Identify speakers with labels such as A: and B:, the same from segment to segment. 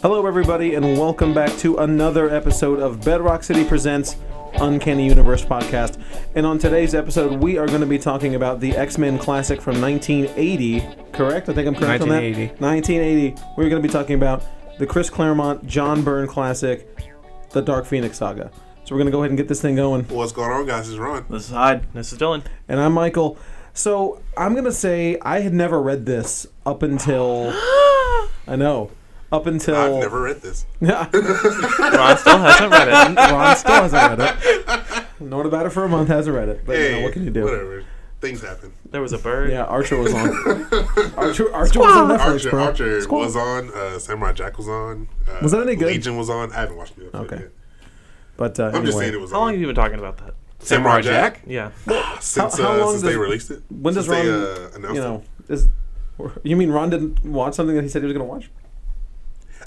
A: Hello, everybody, and welcome back to another episode of Bedrock City Presents Uncanny Universe Podcast. And on today's episode, we are going to be talking about the X Men classic from 1980, correct? I think I'm correct on that?
B: 1980.
A: 1980. We're going to be talking about the Chris Claremont, John Byrne classic, The Dark Phoenix Saga. So we're going to go ahead and get this thing going.
C: What's going on, guys? It's Ron.
A: Uh,
B: This is Hyde. This is Dylan.
A: and I'm Michael. So I'm gonna say I had never read this up until I know up until
C: I've never read this.
B: Ron still hasn't read it.
A: Ron still hasn't read it. Known about it for a month, hasn't read it. But you know, what can you do?
C: Whatever. Things happen.
B: There was a bird.
A: Yeah, Archer was on. Archer, Archer was on Netflix,
C: Archer,
A: bro.
C: Archer
A: Squall.
C: was on. Uh, Samurai Jack was on. Uh,
A: Was that any good?
C: Legion was on. I haven't watched it.
A: Okay.
C: Yet.
A: But uh,
C: I'm just saying
A: anyway,
C: it was
B: How long
C: on.
B: have you been talking about that?
C: Samurai Jack?
B: Yeah.
C: Since,
A: How- how
C: uh,
A: long does-
C: since they released it.
A: when does Ron?
C: since they, uh, announced
A: you know, is you mean Ron didn't watch something that he said he was gonna watch?
C: it.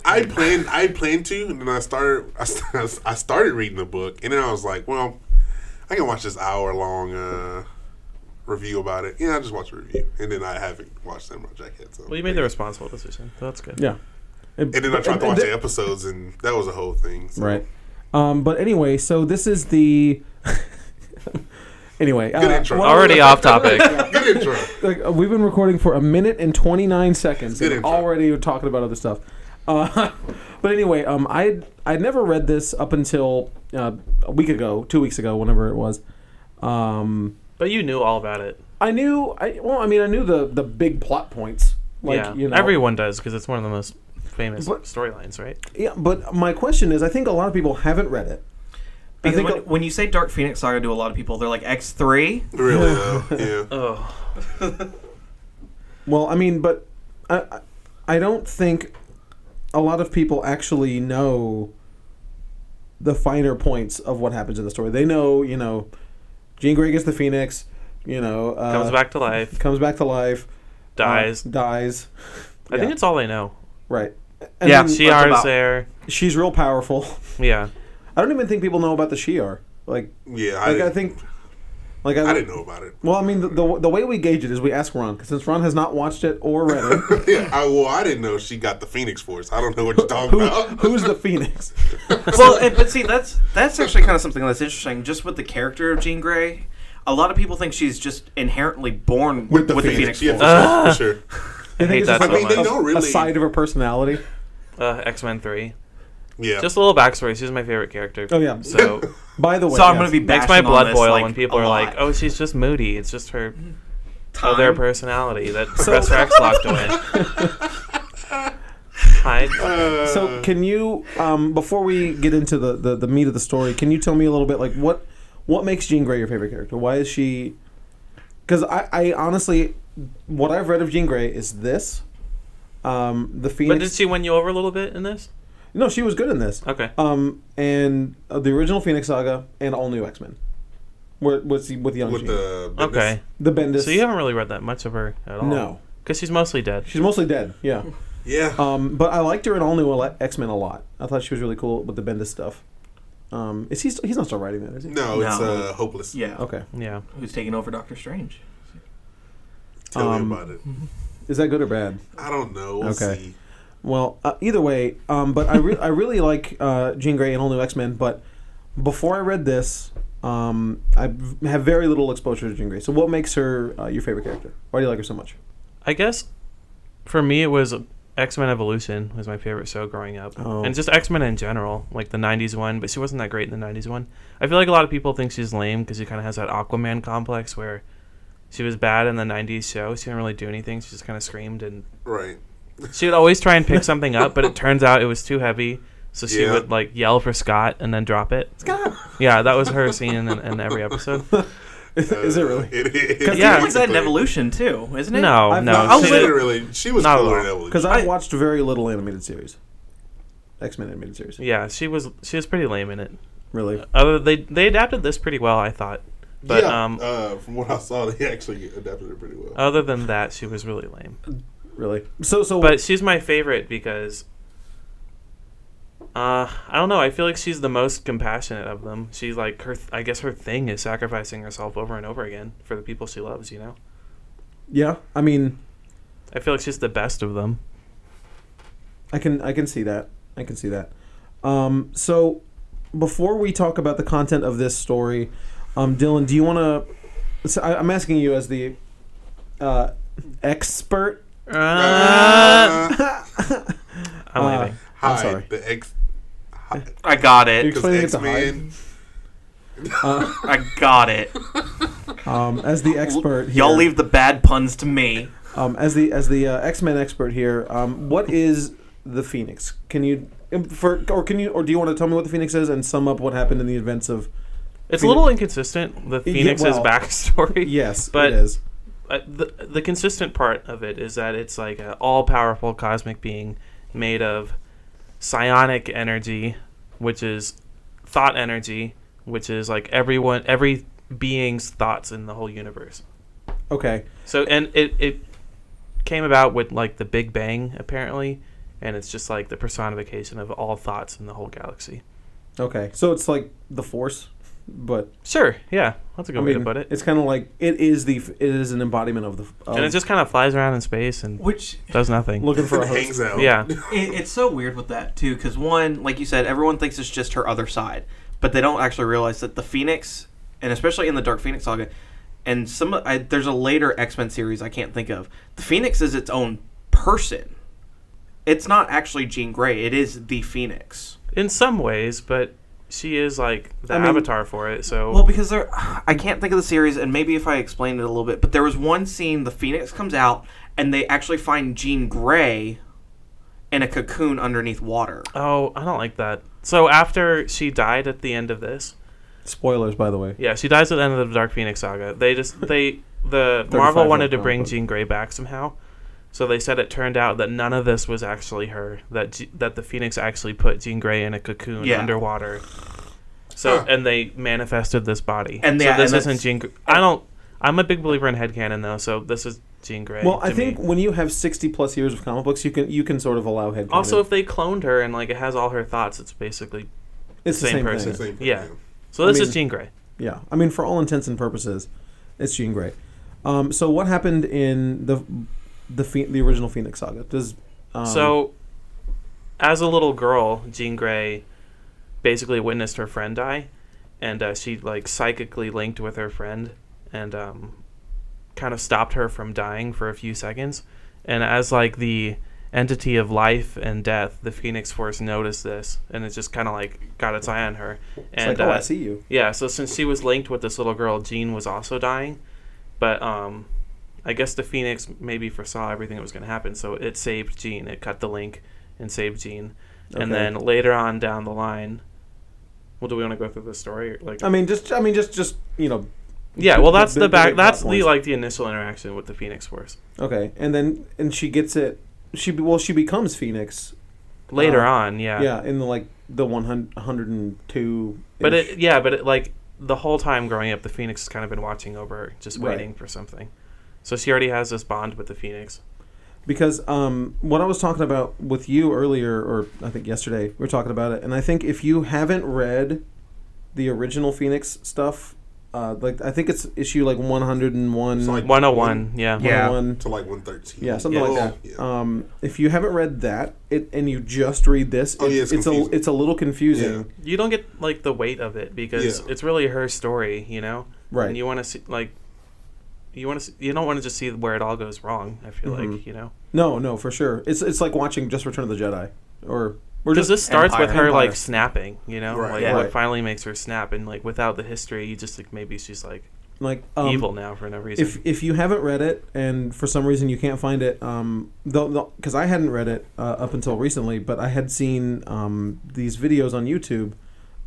C: I planned. I planned to, and then I started. I, st- I started reading the book, and then I was like, well, I can watch this hour long uh, review about it. Yeah, I just watch a review, and then I haven't watched Samurai Jack yet. So
B: Well, you made the responsible decision, so that's good.
A: Yeah.
C: And then I tried to watch the episodes, and that was a whole thing. So.
A: Right. Um, but anyway, so this is the. anyway, uh,
C: Good intro.
A: well,
B: Already off topic.
C: Good intro.
A: like, uh, we've been recording for a minute and 29 seconds
C: Good
A: and
C: intro.
A: already we're talking about other stuff uh, but anyway um, i i never read this up until uh, a week ago two weeks ago whenever it was um,
B: But you knew all about it.
A: i knew i well i mean i knew the the big plot points like
B: yeah.
A: you know
B: Everyone does because it's one of the most famous
A: But-
B: storylines, right?
A: yeah but my question is i think a lot of people haven't read it
D: Because
A: think
D: when,
A: a-
D: when you say Dark Phoenix Saga to a lot of people, they're like X three.
C: Really though, yeah.
B: Oh.
A: Well, I mean, but I, I- I don't think a lot of people actually know the finer points of what happens in the story. They know, you know, Jean Grey gets the Phoenix, you know, uh,
B: Comes back to life.
A: comes back to life,
B: Dies.
A: uh, dies.
B: I think
A: yeah,
B: it's all they know.
A: right.
D: Yeah,
A: then
D: That's
B: Shiar's
D: about-
B: there.
A: she's real powerful.
B: Yeah.
A: I don't even think people know about the Shi'ar. Like,
C: Yeah, I,
A: like I,
C: didn't,
A: think, like I,
C: I didn't know about it.
A: Well, I mean, the, the the way we gauge it is we ask Ron, 'cause since Ron has not watched it or read it.
C: yeah, I, well, I didn't know she got the Phoenix Force. I don't know what you're talking
A: Who,
C: about.
A: who's the Phoenix?
D: well, and, but see, that's that's actually kind of something that's interesting. Just with the character of Jean Grey, a lot of people think she's just inherently born with, the, Phoenix.
C: yeah,
D: Force.
C: for, sure, for sure.
B: I hate
A: it's just like-
B: that so
C: I mean, they
B: much.
C: don't
A: a
C: really.
A: side of her personality.
B: Uh, X Men 3.
C: Yeah,
B: Just a little backstory. She's my favorite character.
A: Oh, yeah.
B: So
A: By the way,
D: so I'm
A: yes.
D: going to be
B: makes
D: bashing
B: my
D: on
B: blood
D: this,
B: boil
D: like,
B: when people
D: a
B: are like,
D: lot.
B: "Oh, she's just moody. It's just her
D: Time.
B: other personality that Professor X locked away." Hi.
C: Uh,
A: So can you, um, before we get into the, the the meat of the story, can you tell me a little bit like what what makes Jean Grey your favorite character? Why is she? Because I, I honestly, what I've read of Jean Grey is this, um, the Phoenix.
B: But did she win you over a little bit in this?
A: no, she was good in this.
B: Okay.
A: Um, and uh, the original Phoenix Saga and all new X Men. With with the- with young
C: with
A: Jean. the
C: the business.
B: Okay.
A: Bendis.
B: So you haven't really read that much of her at all.
A: No.
B: Because she's mostly dead.
A: She's mostly dead. Yeah.
C: Yeah,
A: Um, but I liked her in All New X Men a lot. I thought she was really cool with the Bendis stuff. Um, is he? Still, he's not still writing that, is he?
C: no, it's
D: No.
C: uh, hopeless.
D: yeah,
A: Okay.
B: Yeah.
D: who's taking over Doctor Strange?
C: tell
A: Um,
C: me about it.
A: Is that good or bad?
C: I don't know. We'll
A: Okay.
C: see.
A: Well, uh, either way. Um, but I re- I really like uh, Jean Grey and All New X Men. But before I read this, um, I v- have very little exposure to Jean Grey. So what makes her uh, your favorite character? Why do you like her so much?
B: I guess for me, it was X Men Evolution was my favorite show growing up,
A: Oh.
B: and just X Men in general, like the '90s one. But she wasn't that great in the '90s one. I feel like a lot of people think she's lame because she kind of has that Aquaman complex where she was bad in the '90s show. She didn't really do anything. She just kind of screamed, and
C: Right.
B: she would always try and pick something up, but it turns out it was too heavy. So she
C: Yeah.
B: would like yell for Scott and then drop it. Scott. Yeah, that was her scene in, in every episode.
A: Is, is it
C: Uh,
A: really?
C: It is.
A: Because
B: Yeah.
D: It's like that in
C: basically.
D: Evolution too, isn't it?
B: No,
A: I've
B: no.
A: not- I
B: she
C: She
A: was
B: did-
C: didn't really. She was
B: Not at
C: cooler in
B: all.
C: Evolution.
A: Because I
B: I-
A: watched very little animated series. X Men animated series.
B: yeah, Uh, she was she was pretty lame in it.
A: Really?
B: Other they they adapted this pretty well, I thought. But
C: yeah,
B: um,
C: uh, from what I saw, they actually adapted it pretty well.
B: other than that, she was really lame.
A: Really? So so.
B: But she's my favorite because uh, I don't know. I feel like she's the most compassionate of them. She's like her. Th- I guess her thing is sacrificing herself over and over again for the people she loves. You know.
A: yeah. I mean.
B: I feel like she's the best of them.
A: I can I can see that. I I can see that. Um, so, before we talk about the content of this story, um, Dylan, do you want to? So I, I'm asking you as the uh, expert.
B: Uh, I'm
A: Uh,
B: leaving.
A: I'm
C: Hyde,
A: sorry.
C: The ex. Hyde,
D: I got
A: You're
D: it.
A: explaining
C: Because
A: it to
C: X
A: Hyde.
C: Men.
D: I got it.
A: uh, Um, as the expert, here,
D: Y'all leave the bad puns to me.
A: Um, as the as the uh, X Men expert here, um, what is the Phoenix? Can you um, for or can you or do you want to tell me what the Phoenix is and sum up what happened in the events of?
B: It's a little inconsistent, the
A: Yeah,
B: Phoenix's
A: well,
B: backstory.
A: Yes,
B: But-
A: it is.
B: Uh, the, the consistent part of it is that it's like an all powerful cosmic being made of psionic energy, which is thought energy, which is like everyone, every being's thoughts in the whole universe.
A: Okay,
B: So, and it, it came about with like the Big Bang, apparently, and it's just like the personification of all thoughts in the whole galaxy.
A: okay. So it's like the Force, but
B: Sure, yeah, that's a good
A: I
B: way
A: mean,
B: to put it.
A: it's kind of like it is the it is an embodiment of the. Of
B: and it just kind of flies around in space and
E: Which
B: does nothing.
A: looking for a host.
C: hangs out.
B: yeah.
E: it, it's so weird with that too, because
D: One, like you said, everyone thinks it's just her other side, but they don't actually realize that the Phoenix, and especially in the Dark Phoenix saga, and some I, there's a later X Men series I can't think of. The Phoenix is its own person. It's not actually Jean Grey. It is the Phoenix.
B: in some ways, but she is like the
A: I mean-
B: avatar for it. So
D: Well, because there, I can't think of the series, and maybe if I explained it a little bit, but there was one scene the Phoenix comes out, and they actually find Jean Grey in a cocoon underneath water.
B: oh, I don't like that. So after she died at the end of this,
A: Spoilers, by the way.
B: yeah, she dies at the end of the Dark Phoenix saga. They just they the Marvel wanted to
A: comic
B: bring
A: book.
B: Jean Grey back somehow. So they said it turned out that none of this was actually her. That G- that the Phoenix actually put Jean Grey in a cocoon
D: Yeah.
B: underwater. So
C: Huh.
B: and they manifested this body.
D: And
B: so
D: yeah,
B: this
D: and
B: isn't
D: that's-
B: Jean. Gr- I don't. I'm a big believer in headcanon though. So this is Jean Grey.
A: Well, I
B: to
A: think
B: me.
A: when you have sixty plus years of comic books, you can you can sort of allow head.
B: Also, if they cloned her and like it has all her thoughts, it's basically
A: it's the
B: same
A: same,
B: person.
A: Thing.
C: Same thing,
B: Yeah. so. This
A: mean-
B: is Jean Grey.
A: Yeah, I mean, for all intents and purposes, it's Jean Grey. Um, so what happened in the the phe- the original Phoenix Saga? Does um,
B: so, as a little girl, Jean Grey basically witnessed her friend die, and uh, she like psychically linked with her friend and um, kind of stopped her from dying for a few seconds. And as like the entity of life and death, the Phoenix Force noticed this, and it just kind of like got its eye on her.
A: it's
B: And
A: like, oh,
B: uh,
A: I see you.
B: Yeah, so since she was linked with this little girl, Jean was also dying. But um, I guess the Phoenix maybe foresaw everything that was going to happen, so it saved Jean. It cut the link and saved Jean. And
A: Okay.
B: then later on down the line, well, do we want to go through the story? or, Like,
A: I mean, just I mean, just just you know.
B: yeah, well, that's the
A: big-
B: back.
A: big plot
B: That's the
A: points.
B: like the initial interaction with the Phoenix Force.
A: Okay, and then and she gets it. She be- well, she becomes Phoenix.
B: Later
A: Uh,
B: on, yeah,
A: Yeah, in the like the 100, 102. -ish.
B: But it, yeah, but it, like the whole time growing up, the Phoenix has kind of been watching over, her, just
A: Right.
B: waiting for something. So she already has this bond with the Phoenix.
A: because um, what I was talking about with you earlier, or I think yesterday, we were talking about it, and I think if you haven't read the original Phoenix stuff, uh, like I think it's issue like one hundred and one,
C: So, like,
B: One oh one, yeah.
D: Yeah.
C: To like one thirteen.
A: yeah, something like that.
C: Yeah.
A: Um, if you haven't read that, it and you just read this,
C: Oh,
A: it-
C: yeah,
A: it's,
C: it's
A: a
C: confusing.
A: it's a little confusing,
C: Yeah.
B: you don't get like the weight of it because
C: Yeah.
B: it's really her story, you know.
A: right?
B: And you want to see like you want to you don't want to just see where it all goes wrong. I feel
A: Mhm.
B: like you know
A: no, no, for sure. It's it's like watching just Return of the Jedi, or or just
B: because this starts
D: Empire,
B: with her
D: Empire.
B: like snapping, you know,
C: Right.
B: like
D: Yeah.
B: what
A: Right.
B: finally makes her snap, and like without the history, you just like maybe she's like
A: like um,
B: evil now for no reason.
A: if if you haven't read it and for some reason you can't find it um though because i hadn't read it uh, up until recently but i had seen um these videos on youtube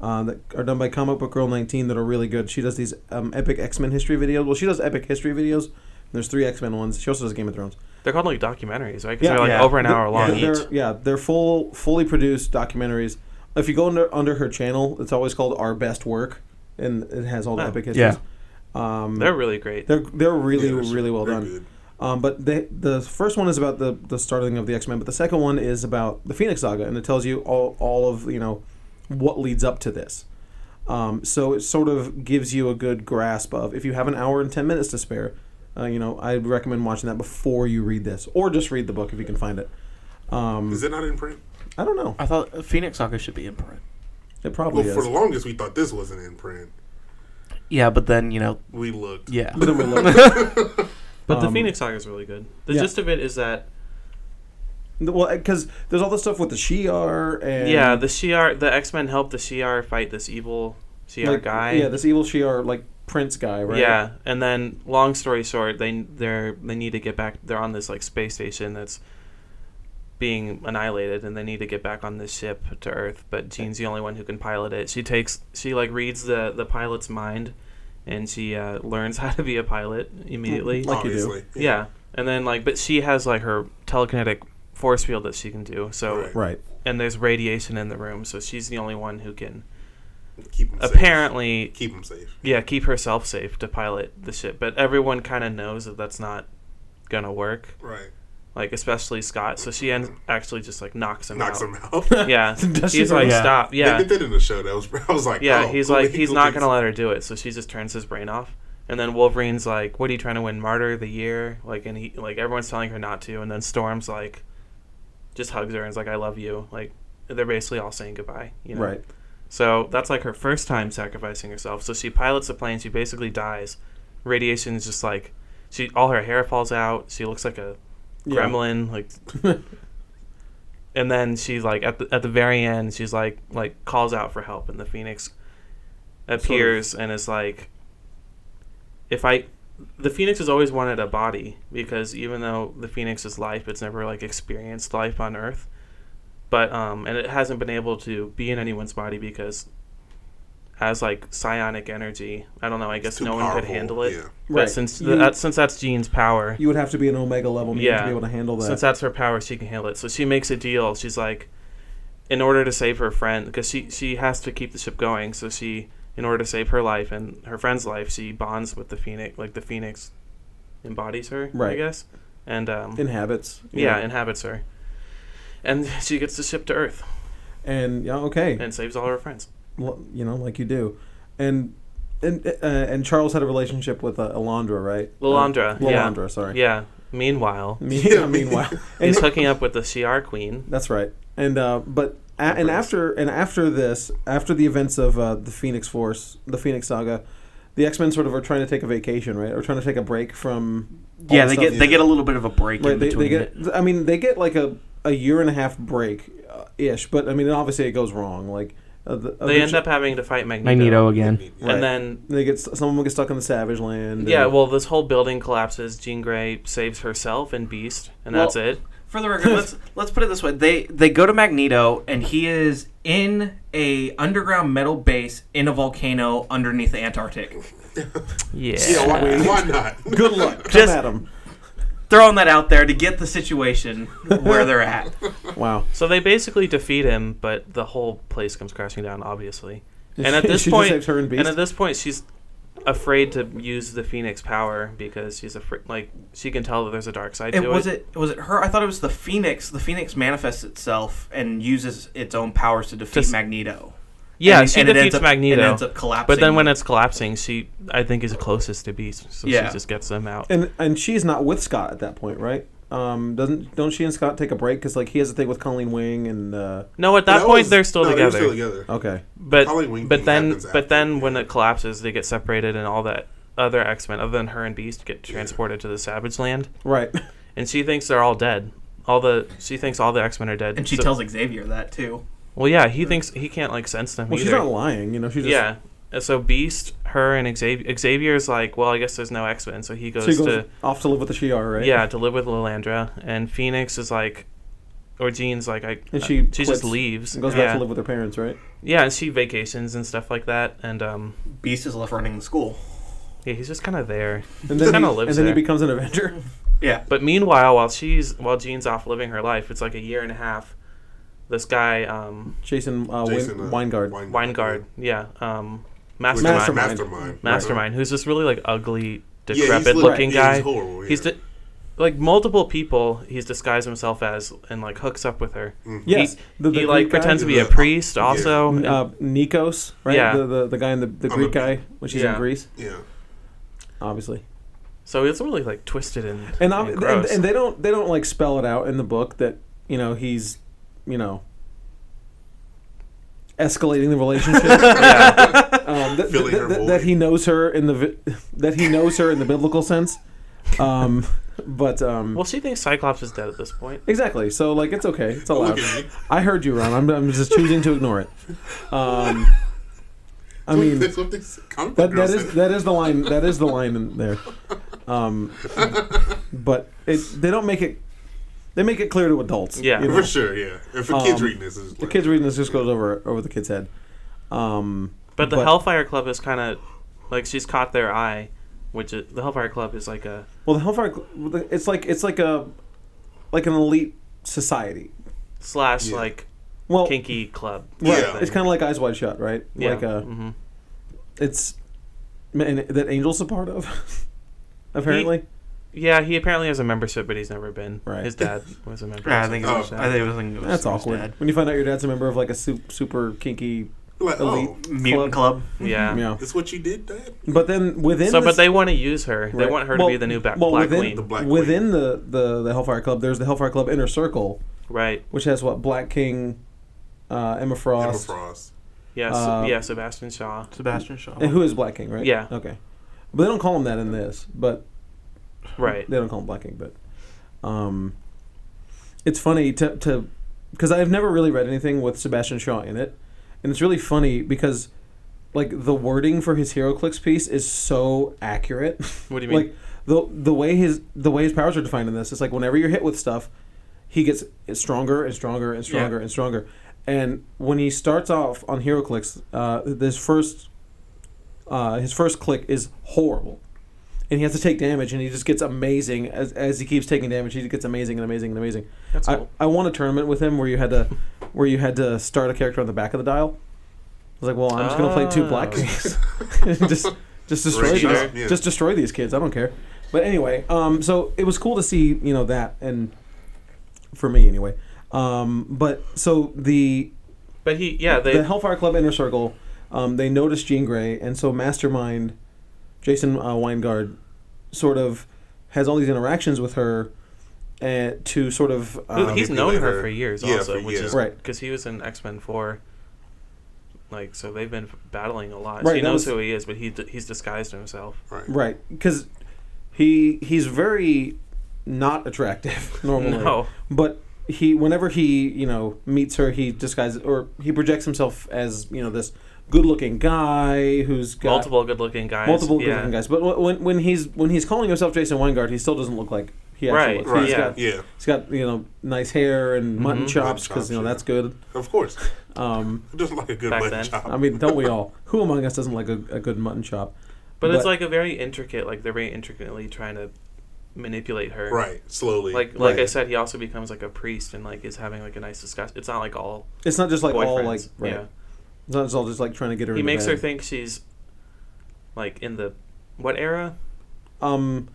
A: uh, that are done by comic book girl 19 that are really good she does these um, epic x-men history videos well she does epic history videos there's three x-men ones she also does game of thrones
B: they're called like documentaries, right? 'Cause
A: Yeah.
B: they're like
D: Yeah.
B: over an
A: They're-
B: hour long
A: yeah,
B: each.
A: They're, yeah, they're full, fully produced documentaries. If you go under under her channel, it's always called Our Best Work, and it has all the
B: Oh.
A: epic
E: Yeah.
A: histories. Um,
B: They're really great.
A: they're they're really
C: Yeah, they're-
A: really well
C: they're
A: done.
C: good.
A: Um, but the the first one is about the the starting of the X Men, but the second one is about the Phoenix Saga, and it tells you all all of you know what leads up to this. Um, so it sort of gives you a good grasp of if you have an hour and ten minutes to spare, uh, you know I'd recommend watching that before you read this, or just read the book if you can find it. Um,
C: Is it not in print?
A: I don't know.
D: I thought uh, Phoenix Saga should be in
A: It
D: print.
C: Well,
A: probably
C: for
A: is.
C: the longest, we thought this wasn't in print.
D: Yeah, but then you know,
C: We looked.
D: yeah,
A: But then we looked-
B: But the
A: Um,
B: Phoenix Saga is really good. The
A: yeah.
B: gist of it is that
A: well, because there's all this stuff with the Shi'ar and
B: yeah, the Shi'ar, the X Men help the Shi'ar fight this evil Shi'ar
A: like,
B: guy.
A: Yeah, this evil Shi'ar like prince guy, right?
B: Yeah, and then long story short, they they're they need to get back. They're on this like space station that's being annihilated, and they need to get back on this ship to Earth. But Jean's the only one who can pilot it. She takes she like reads the the pilot's mind, and she uh, learns how to be a pilot immediately.
A: Like you do.
C: obviously.
B: yeah, and then like but she has like her telekinetic force field that she can do. So
C: Right.
A: Right.
B: and there's radiation in the room, so she's the only one who can
C: Keep them
B: apparently
C: safe. Keep them safe.
B: yeah, keep herself safe to pilot the ship. But everyone kind of knows that that's not gonna work.
C: Right.
B: Like especially Scott. So she end- actually just like knocks him
C: Knocks
B: out.
C: them out.
B: Yeah,
A: Does she
B: he's like
A: really?
D: Yeah.
B: stop. Yeah,
C: They did that in the show. That was. I was like.
B: yeah.
C: oh,
B: he's
C: cool.
B: like he's
C: Cool
B: not
C: things.
B: gonna let her do it. So she just turns his brain off. And then Wolverine's like, "What are you trying to win, Martyr of the Year?" Like, and he like everyone's telling her not to. And then Storm's like, just hugs her and is like, "I love you." Like, they're basically all saying goodbye. You know?
A: Right.
B: So that's like her first time sacrificing herself. So she pilots the plane. She basically dies. Radiation is just like she all her hair falls out. She looks like a
A: Yeah.
B: gremlin. Like, and then she like at the at the very end, she's like like calls out for help, and the phoenix appears and is like, if I. The phoenix has always wanted a body because even though the phoenix is life, it's never like experienced life on Earth but um, and it hasn't been able to be in anyone's body because as like psionic energy, I don't know. I guess
C: too
B: no one could
C: powerful,
B: handle it.
C: yeah.
B: But
A: Right.
B: since
A: You-
B: that since that's Jean's power,
A: You would have to be an Omega level mutant to
B: Yeah.
A: be able to handle that.
B: since that's her power, she can handle it. So she makes a deal. She's like, in order to save her friend, because she she has to keep the ship going. So she, in order to save her life and her friend's life, she bonds with the phoenix. Like the phoenix embodies her, I
A: Right.
B: guess. And um,
A: Inhabits.
B: yeah, inhabits her. And she gets the ship to Earth
A: And yeah, okay.
B: and saves all her friends.
A: Well, you know, like you do, and and uh, and Charles had a relationship with uh, Elandra, right?
B: Lilandra,
A: Uh,
B: yeah.
A: Lilandra, sorry.
B: Yeah. Meanwhile,
A: Me-
C: Yeah, me-
A: meanwhile, and
B: he's hooking up with the Shi'ar queen.
A: that's right. And uh, but a- and after and after this, after the events of uh, the Phoenix Force, the Phoenix Saga, the X Men sort of are trying to take a vacation, right? Or trying to take a break from. all
D: yeah.
A: the
D: They
A: stuff-
D: get they get a little bit of a break
A: Right,
D: in
A: they,
D: between.
A: they
D: it.
A: get. I mean, they get like a a year and a half break, uh, ish. But I mean, obviously, it goes wrong. Like uh, the, uh,
B: They
A: the
B: end
A: ch-
B: up having to fight Magneto.
E: Magneto
C: And
E: again.
A: Right.
B: And then,
A: They get some of them get stuck in the Savage Land.
B: yeah,
A: and-
B: well, this whole building collapses. Jean Grey saves herself and Beast, and that's
D: Well-
B: it.
E: For the record,
D: let's
E: let's
D: let's put it this way: they they go to Magneto, and he is in a underground metal base in a volcano underneath the Antarctic.
B: Yeah.
C: Yeah. Why, why not?
A: Good luck. Come
D: Just-
A: at 'em.
D: Throwing that out there to get the situation where they're at.
A: Wow.
B: So they basically defeat him, but the whole place comes crashing down, obviously. And at
A: She
B: this
A: just
B: point,
A: saves her and Beast?
B: at this point, she's afraid to use the Phoenix power because she's afraid. Like she can tell that there's a dark side
D: It
B: to
D: was
B: it.
D: it was it her? I thought it was the Phoenix. The Phoenix manifests itself and uses its own powers to defeat
B: Just-
D: Magneto.
B: Yeah,
D: and,
B: she
D: and it
B: defeats
D: ends up,
B: Magneto.
D: And ends up collapsing.
B: But then when it's collapsing, she I think is closest to Beast, so
D: Yeah.
B: she just gets them out.
A: And and she's not with Scott at that point, right? Um, doesn't don't she and Scott take a break because like he has a thing with Colleen Wing and uh,
B: no, at that,
C: That
B: point
C: was-
B: they're still
C: no,
B: together.
C: They were still together.
A: okay,
B: But
C: Probably Wing
B: but
C: Beam
B: then
C: happens after,
B: but then when it collapses, they get separated, and all that other X Men, other than her and Beast, get transported to the Savage Land,
A: right?
B: and she thinks they're all dead. All the she thinks all the X Men are dead.
D: and she
B: So-
D: tells Xavier that too.
B: Well, yeah, he thinks he can't like sense them
A: Well, she's
B: either.
A: not lying, you know. She just
B: yeah. And So Beast, her, and Xavier. Xavier's like, well, I guess there's no X Men, so he goes,
A: she goes
B: to
A: off to live with the Shi'ar, right?
B: yeah to live with Lilandra, and Phoenix is like, or Jean's like, I uh,
A: And she
B: she
A: quits
B: just leaves,
A: and goes
B: yeah.
A: back to live with her parents, right?
B: yeah, and she vacations and stuff like that, and um,
D: Beast is left running the school.
B: yeah, he's just kind of there.
A: And
B: Just
A: then
B: kinda
A: he, and
B: lives
A: then he
B: there.
A: becomes an Avenger.
D: Yeah,
B: But meanwhile, while she's while Jean's off living her life, it's like a year and a half. This guy, um,
A: Jason, uh,
C: Jason, uh,
A: Win- Weingard.
B: Weingard, yeah, um,
C: Which-
B: mastermind,
A: Mastermind.
B: mastermind, who's this really like ugly, decrepit
C: lit-
B: looking
C: yeah,
B: guy.
C: he's horrible, yeah.
B: He's di- like multiple people. He's disguised himself as and like hooks up with her.
A: Yes,
B: he,
A: the- the
B: he like
A: Greek guy?
B: pretends to be a
C: The-
B: priest.
C: yeah.
B: Also, and-
A: Uh, Nikos, right?
B: Yeah.
A: The, the the guy in the, the
C: I'm
A: Greek
C: a-
A: guy, which is in
B: Yeah.
A: Greece,
C: Yeah.
A: obviously.
B: so it's really like twisted and
A: and
B: and
A: I'm, and,
B: gross.
A: and they don't they don't like spell it out in the book that you know he's you know escalating the relationship.
B: Yeah.
A: um, th-
C: Filling
A: th-
C: her
A: th-
C: void.
A: that he knows her in the vi- that he knows her in the biblical sense. Um, but um,
B: well, she thinks Cyclops is dead at this point.
A: exactly. So like, it's okay. It's allowed.
C: Look at me.
A: Oh, I heard you, Ron. I'm, I'm just choosing to ignore it. Um, I mean,
C: That's what this comic
A: that,
C: girl
A: that is
C: said.
A: that is the line. That is the line in there. Um, but it they don't make it. They make it clear to adults.
B: Yeah.
A: you know?
C: for sure. Yeah, if a kid's
A: Um,
C: reading this, it's
A: The
C: like,
A: kids reading this just goes over over the kid's head. Um,
B: But the
A: But-
B: Hellfire Club is kind of like she's caught their eye, which is, the Hellfire Club is like a
A: well, the Hellfire, Cl- it's like it's like a like an elite society.
B: slash
C: Yeah.
B: like
A: Well,
B: kinky club.
A: right,
C: Yeah.
A: it's kind of like Eyes Wide Shut, right? Like a,
B: hmm
A: it's and that Angel's a part of. apparently,
B: Yeah, he apparently has a membership, but he's never been.
A: Right.
B: His dad was a member. or
D: Yeah, I
B: something
D: think it
C: Oh.
B: like
D: was, I
B: that.
D: think it was, I think it was
A: that's
D: it was
A: awkward.
D: dad.
A: When you find out your dad's a member of like a su- super kinky
C: like, oh,
A: elite-
D: Mutant Club.
B: Yeah.
A: Yeah.
C: it's what you did, Dad.
A: But then within
B: So,
A: this,
B: but they want to use her. They
A: Right.
B: want her
A: Well,
B: to be the new Black,
A: well,
B: Black
A: within
B: Queen.
C: The Black
A: within the, the the Hellfire Club, there's the Hellfire Club inner circle,
B: Right.
A: which has what Black King, uh, Emma
C: Queen, Emma
A: Frost,
C: Frost.
B: Yeah. S-
A: Uh,
B: yeah. Sebastian Shaw.
D: Sebastian Shaw.
A: and who is Black King, right?
B: Yeah.
A: Okay. But they don't call him that in this. But
B: Right.
A: they don't call him Black King. But um, it's funny to to because I've never really read anything with Sebastian Shaw in it, and it's really funny because like the wording for his HeroClix piece is so accurate.
B: What do you mean?
A: Like the the way his the way his powers are defined in this, it's like whenever you're hit with stuff, he gets stronger and stronger and stronger and stronger. And when he starts off on HeroClix, uh, this first uh, his first click is horrible, and he has to take damage, and he just gets amazing as, as he keeps taking damage. He gets amazing and amazing and amazing.
B: That's
A: I,
B: cool.
A: I won a tournament with him where you had to where you had to start a character on the back of the dial. I was like, well, I'm just gonna play two black
B: Oh.
A: kings, just just destroy
C: Right,
A: these,
C: sure, yeah.
A: just destroy these kids. I don't care. But anyway, um, so it was cool to see you know that and for me anyway. Um, but so the
B: But he. Yeah. They.
A: the Hellfire Club inner circle, um, they noticed Jean Grey, and so Mastermind, Jason uh, Weingard, sort of has all these interactions with her, uh, to sort of
B: Who-
A: um,
B: he's known her
C: manipulator.
B: for years
C: Yeah,
B: also,
C: for
B: which
C: years.
B: is
A: Right.
B: because he was in X Men Four. Like so, they've been battling a lot.
A: Right,
B: she
A: that
B: knows
A: was-
B: who he is, but he d- he's disguised himself.
C: Right.
A: right because he he's very not attractive normally,
B: No,
A: but he whenever he you know meets her, he disguises or he projects himself as you know this good-looking guy who's got
B: multiple good-looking guys.
A: multiple
B: yeah.
A: good-looking guys. But wh- when when he's when he's calling himself Jason Weingard, he still doesn't look like he actually
B: Right,
A: looks.
C: right,
A: He's
B: yeah.
A: got
C: Yeah,
A: He's got you know nice hair and mutton
B: Mhm.
A: chops because you know
C: Mutton
A: that's
C: chops,
A: good.
C: of course.
A: Um,
C: Who doesn't like a good
B: Back
C: mutton
B: then.
C: chop?
A: I mean, don't we all? Who among us doesn't like a, a good mutton chop?
B: But, it's
A: But-
B: like a very intricate, like they're very intricately trying to manipulate her.
C: right. Slowly.
B: Like like I
A: Right.
B: said, he also becomes like a priest and like is having like a nice discussion. It's not like all
A: It's not just like
B: boyfriends.
A: all like right.
B: yeah.
A: It's not just all just like trying to get her.
B: He
A: into
B: makes her
A: bed.
B: think she's like in the what era?
A: Um,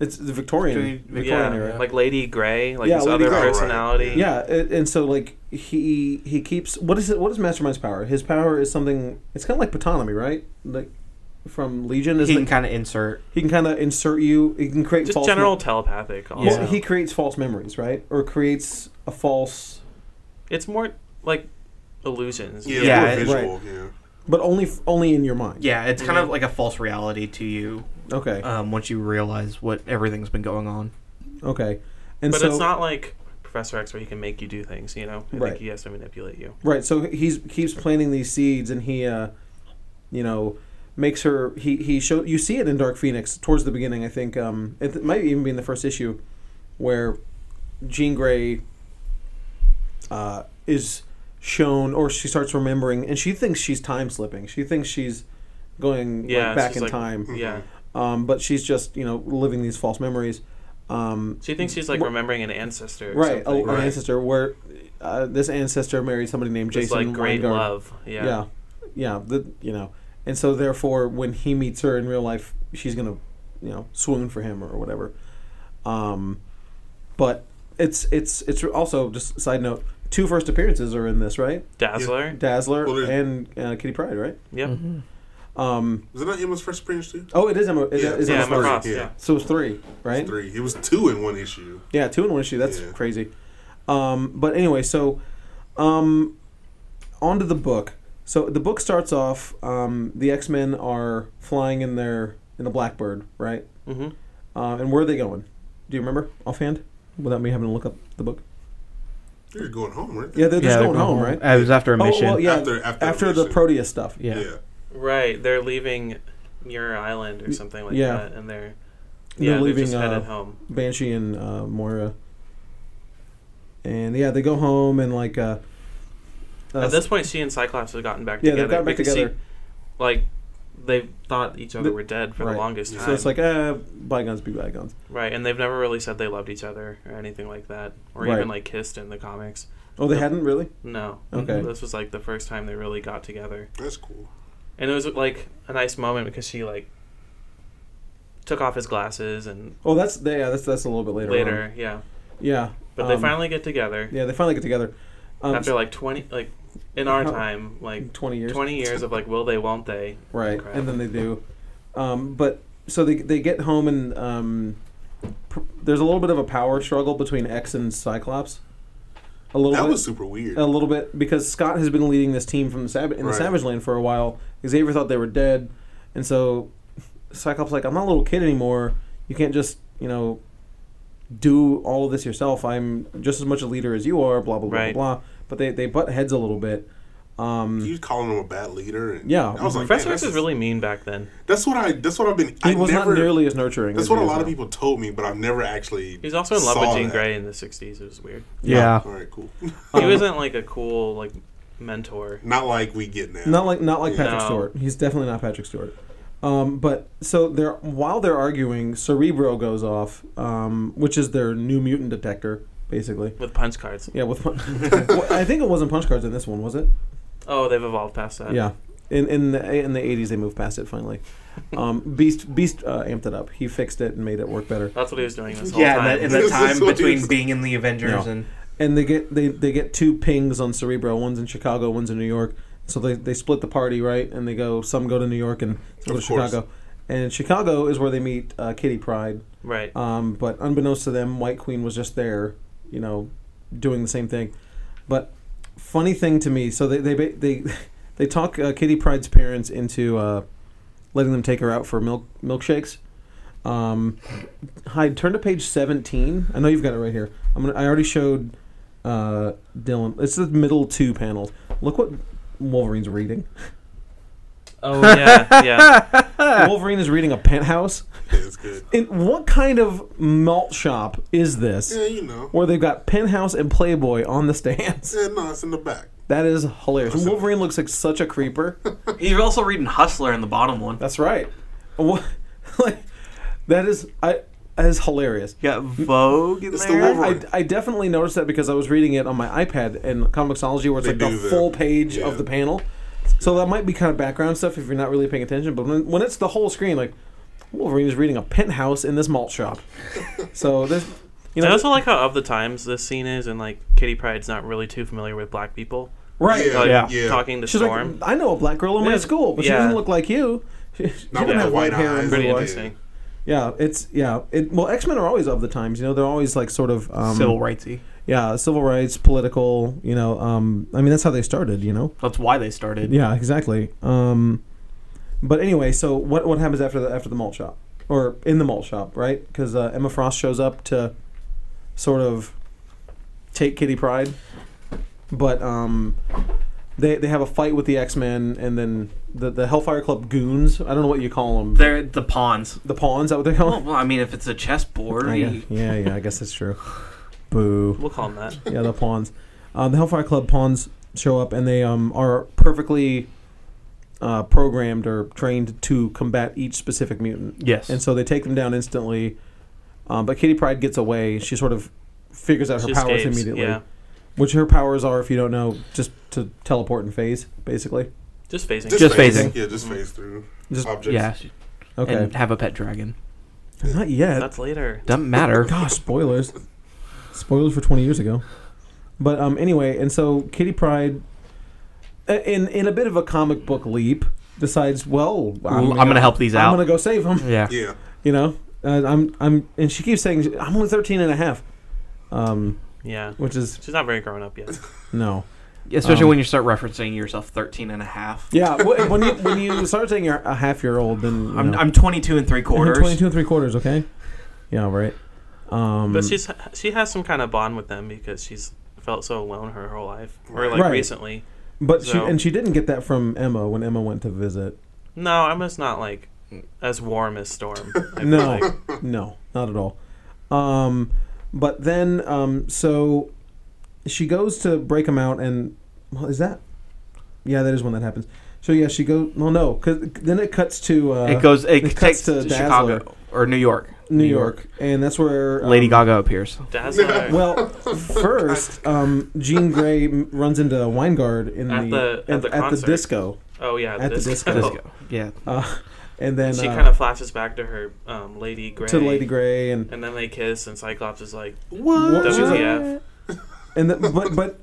A: it's the Victorian
D: Victorian-
A: Victorian
B: yeah,
A: era.
B: like Lady Grey, like
A: Yeah,
B: this
A: Lady
B: other
A: Grey.
C: Oh, right.
B: personality.
A: yeah, a- and so like he he keeps what is it? What is Mastermind's power? His power is something. It's kind of like Potonomy, right? Like from Legion, is
D: He
A: he,
D: can kind of insert.
A: he can kind of insert you. He can create
B: Just
A: false
B: general telepathic. Also.
A: Well, he creates false memories, right? Or creates a false
B: it's more like illusions.
C: yeah,
D: Yeah,
C: yeah
D: it-
C: visual. Yeah.
A: But only only in your mind.
D: Yeah, it's kind of like a false reality to you
A: Okay.
B: Uh,
D: um, once you realize what everything's been going on.
A: okay. And
B: But
A: so
B: it's not like Professor X where he can make you do things. You know, I
A: Right.
B: think he has to manipulate you.
A: right. So he's keeps planting these seeds, and he, uh, you know, makes her. He he show you see it in Dark Phoenix towards the beginning. I think um, it might even be in the first issue, where Jean Grey uh, is shown, or she starts remembering, and she thinks she's time slipping. She thinks she's going
B: Yeah,
A: like,
B: it's
A: back
B: just
A: in
B: like-
A: time,
B: Yeah,
A: um, but she's just you know living these false memories. Um,
B: she thinks she's like
A: Wha-
B: remembering an ancestor. Or
A: right, a,
B: something.
A: an
C: Right.
A: ancestor where uh, this ancestor married somebody named
B: Just
A: Jason.
B: like great
A: Weingart.
B: love. Yeah.
A: yeah, yeah, the, you know, and so therefore, when he meets her in real life, she's gonna, you know, swoon for him or whatever. Um, but it's it's it's also just a side note. Two first appearances are in this, right?
B: Dazzler.
A: Dazzler
C: Well, there's-
A: and uh, Kitty Pride, right?
B: Yep.
A: Um,
C: Was it not Emma's first appearance too?
A: oh, it is Emma. It,
C: Yeah.
A: it's
B: Yeah,
A: Emma
B: Emma
A: Frost.
B: Frost.
C: Yeah.
B: Yeah.
A: So it's three, right?
C: Three. It was two in one issue.
A: Yeah, two in one issue. That's
C: Yeah.
A: crazy. Um, but anyway, so um, onto the book. So the book starts off. Um, the X Men are flying in their in the Blackbird, right?
B: Mm-hmm.
A: Uh, and where are they going? Do you remember offhand? Without me having to look up the book.
C: You're going home, right?
A: Yeah, they're just
F: they're
A: going, home, right?
F: Uh, It was after a mission.
A: Oh, well, yeah. After,
C: After- after
A: the
C: mission.
A: Proteus stuff.
F: yeah.
C: yeah.
B: Right, they're leaving Muir Island or something like
A: Yeah.
B: that, and they're
A: They're
B: yeah, they're
A: leaving,
B: just
A: uh,
B: headed home.
A: Banshee and uh, Moira. And yeah, they go home and like. Uh, uh,
B: At this point, she and Cyclops have gotten back
A: yeah,
B: together.
A: they've gotten back
B: because she-
A: together.
B: like they thought each other
A: The-
B: were dead for
A: right.
B: the longest time.
A: so it's like, uh, bygones be bygones.
B: right, and they've never really said they loved each other or anything like that, or
A: Right.
B: even like kissed in the comics.
A: Oh, they
B: Yep.
A: hadn't really.
B: No,
A: Okay.
B: this was like the first time they really got together,
C: That's cool.
B: and it was like a nice moment because she like took off his glasses and
A: Oh, that's yeah, that's that's a little bit later.
B: later,
A: on.
B: yeah.
A: Yeah.
B: But they
A: um,
B: finally get together
A: Yeah, they finally get together. Um,
B: after like twenty, like in our
A: How-
B: time, like
A: 20 years.
B: twenty years of like will they, won't they?
A: Right,
B: Crap.
A: and then they do. Um, but so they they get home and um, pr- there's a little bit of a power struggle between X and Cyclops. A little
C: That
A: bit,
C: was super weird.
A: a little bit because Scott has been leading this team from the Sab- in the
C: Right.
A: Savage Land for a while. Xavier thought they were dead, and so Cyclops like I'm not a little kid anymore. You can't just you know do all of this yourself. I'm just as much a leader as you are. Blah blah blah
B: Right.
A: blah. blah. But they they butt heads a little bit. Um,
C: You calling him a bad leader? And
A: Yeah.
C: I was like,
B: Professor
C: man,
B: X
C: that's-
B: was really mean back then.
C: That's what I. That's what I've been.
A: he
C: I
A: was
C: never,
A: not nearly as nurturing.
C: That's
A: as
C: what a
A: he is
C: lot of
A: now.
C: people told me, but I've never actually.
B: He was also in love with
C: saw
B: Jean
C: that.
B: Grey in the '60s. It was weird.
F: Yeah.
C: All right, cool.
A: Um,
B: he wasn't like a cool like mentor.
C: Not like we get now.
A: Not like not like Patrick
B: No.
A: Stewart. He's definitely not Patrick Stewart. Um, but so they're while they're arguing, Cerebro goes off, um, which is their new mutant detector, basically.
B: with punch cards.
A: Yeah, with pun- Well, I think it wasn't punch cards in this one, was it?
B: Oh, they've evolved past that.
A: Yeah, in in the in the eighties they moved past it finally. Um, Beast Beast uh, amped it up. He fixed it and made it work better.
B: that's what he was doing this whole
D: Yeah,
B: time.
D: in that, in that
C: This is
D: time
C: what
D: between
C: he's-
D: being in the Avengers
A: No.
D: and
A: And they get they, they get two pings on Cerebro. One's in Chicago, one's in New York. So they, they split the party right, and they go some go to New York and some go to
C: Of course.
A: Chicago. And Chicago is where they meet uh, Kitty Pride.
B: right.
A: Um, but unbeknownst to them, White Queen was just there, you know, doing the same thing. But funny thing to me, so they they ba- they they talk uh, Kitty Pride's parents into uh, letting them take her out for milk milkshakes. Um, Hyde, turn to page seventeen. I know you've got it right here. I'm gonna, I already showed uh, Dylan. It's the middle two panels. Look what Wolverine's reading.
B: Oh yeah, yeah.
A: Wolverine is reading a penthouse.
C: Yeah, it's good.
A: In what kind of malt shop is this?
C: Yeah, you know.
A: where they've got Penthouse and Playboy on the stands.
C: Yeah, no, it's in the back.
A: That is hilarious. And Wolverine looks like such a creeper.
E: He's also reading Hustler in the bottom one.
A: That's right. What, like, that is I that is hilarious.
D: got Vogue in
C: It's the
D: there.
C: Wolverine.
A: I, I definitely noticed that because I was reading it on my iPad in Comixology, where it's
C: They
A: like the
C: do that.
A: full page
C: Yeah.
A: of the panel. So that might be kind of background stuff if you're not really paying attention. But when, when it's the whole screen, like Wolverine is reading a penthouse in this malt shop. so there's, you
B: I
A: know,
B: also like how of the times this scene is, and like Kitty Pride's not really too familiar with black people.
A: right?
C: Yeah,
B: Like,
F: Yeah.
C: yeah.
B: Talking to
A: She's
B: Storm.
A: like, I know a black girl in my
B: Yeah,
A: school, but she
B: yeah.
A: doesn't look like you. She, she
C: Not
A: didn't
C: with
A: have
C: the white
A: white hair
C: eyes.
A: and
B: Pretty
A: blue
C: Yeah.
A: eyes.
B: interesting.
A: Yeah, it's yeah. It well, X Men are always of the times. You know, they're always like sort of um,
D: Civil rightsy.
A: Yeah, civil rights, political. You know, um, I mean that's how they started. You know.
D: That's why they started.
A: Yeah, exactly. Um, but anyway, so what what happens after the after the malt shop or in the malt shop, right? Because uh, Emma Frost shows up to sort of take Kitty Pride, but um, they they have a fight with the X Men and then the the Hellfire Club goons. I don't know what you call them.
D: They're the pawns.
A: the pawns. Is that what they call
E: Well,
A: them?
E: well, I mean, if it's a chessboard,
A: I guess-
E: he-
A: yeah, yeah. I guess that's true. Boo
B: We'll call him that.
A: yeah, the pawns. Um, the Hellfire Club pawns show up, and they um, are perfectly uh, programmed or trained to combat each specific mutant,
D: Yes.
A: and so they take them down instantly. Um, but Kitty Pride gets away. She sort of figures out her
B: She
A: powers
B: escapes,
A: immediately,
B: Yeah.
A: which her powers are, if you don't know, just to teleport and phase, basically.
B: Just phasing.
F: Just
C: phase-
F: phasing.
C: Yeah,
B: Mm-hmm.
C: just phase through
A: Just-
C: objects.
F: yeah.
A: Okay,
F: And have a pet dragon.
A: not yet.
B: That's later.
F: Doesn't matter.
A: Gosh, spoilers. spoilers for 20 years ago. But um, anyway, and so Kitty Pride, a- in in a bit of a comic book leap, decides, well,
F: I'm gonna help these out.
A: I'm going to go save him.
F: Yeah.
C: Yeah.
A: You know, uh, I'm I'm, and she keeps saying, I'm only 13 and a half, um,
B: Yeah.
A: which is Mm-hmm.
B: She's not very grown up yet.
A: no.
D: Especially
F: Um,
D: when you start referencing yourself 13 and a half.
A: Yeah, wh- when you when you start saying you're a half year old, then you
E: I'm,
A: know.
E: I'm 22 and three quarters.
A: twenty two and three quarters. Okay, yeah, right. Um,
B: But she's she has some kind of bond with them because she's felt so alone her whole life, or like
A: Right.
B: recently.
A: but she
B: so-
A: and she didn't get that from Emma when Emma went to visit.
B: No, Emma's not like as warm as Storm. I feel
A: No,
B: like.
A: no, not at all. Um, but then, um, so she goes to break him out, and well, is that? Yeah, that is when that happens. So yeah, she goes. Well, no, because then it cuts to uh,
D: it goes. It,
A: it
D: takes
A: cuts to
D: to Chicago or New York.
A: New York, and that's where um,
D: Lady Gaga appears.
B: Dazzler.
A: Well, first, um, Jean Grey m- runs into Weingard in
B: At the- at
A: at,
B: the
A: at the
B: concert.
A: disco,
B: oh yeah,
A: at the
B: this
A: disco.
B: girl.
D: Disco. Yeah.
A: uh, and then
B: she
A: uh,
B: kind of flashes back to her um, Lady Gray.
A: to Lady Grey, and
B: And then they kiss, and Cyclops is like,
A: What?
B: WTF.
A: And the, but but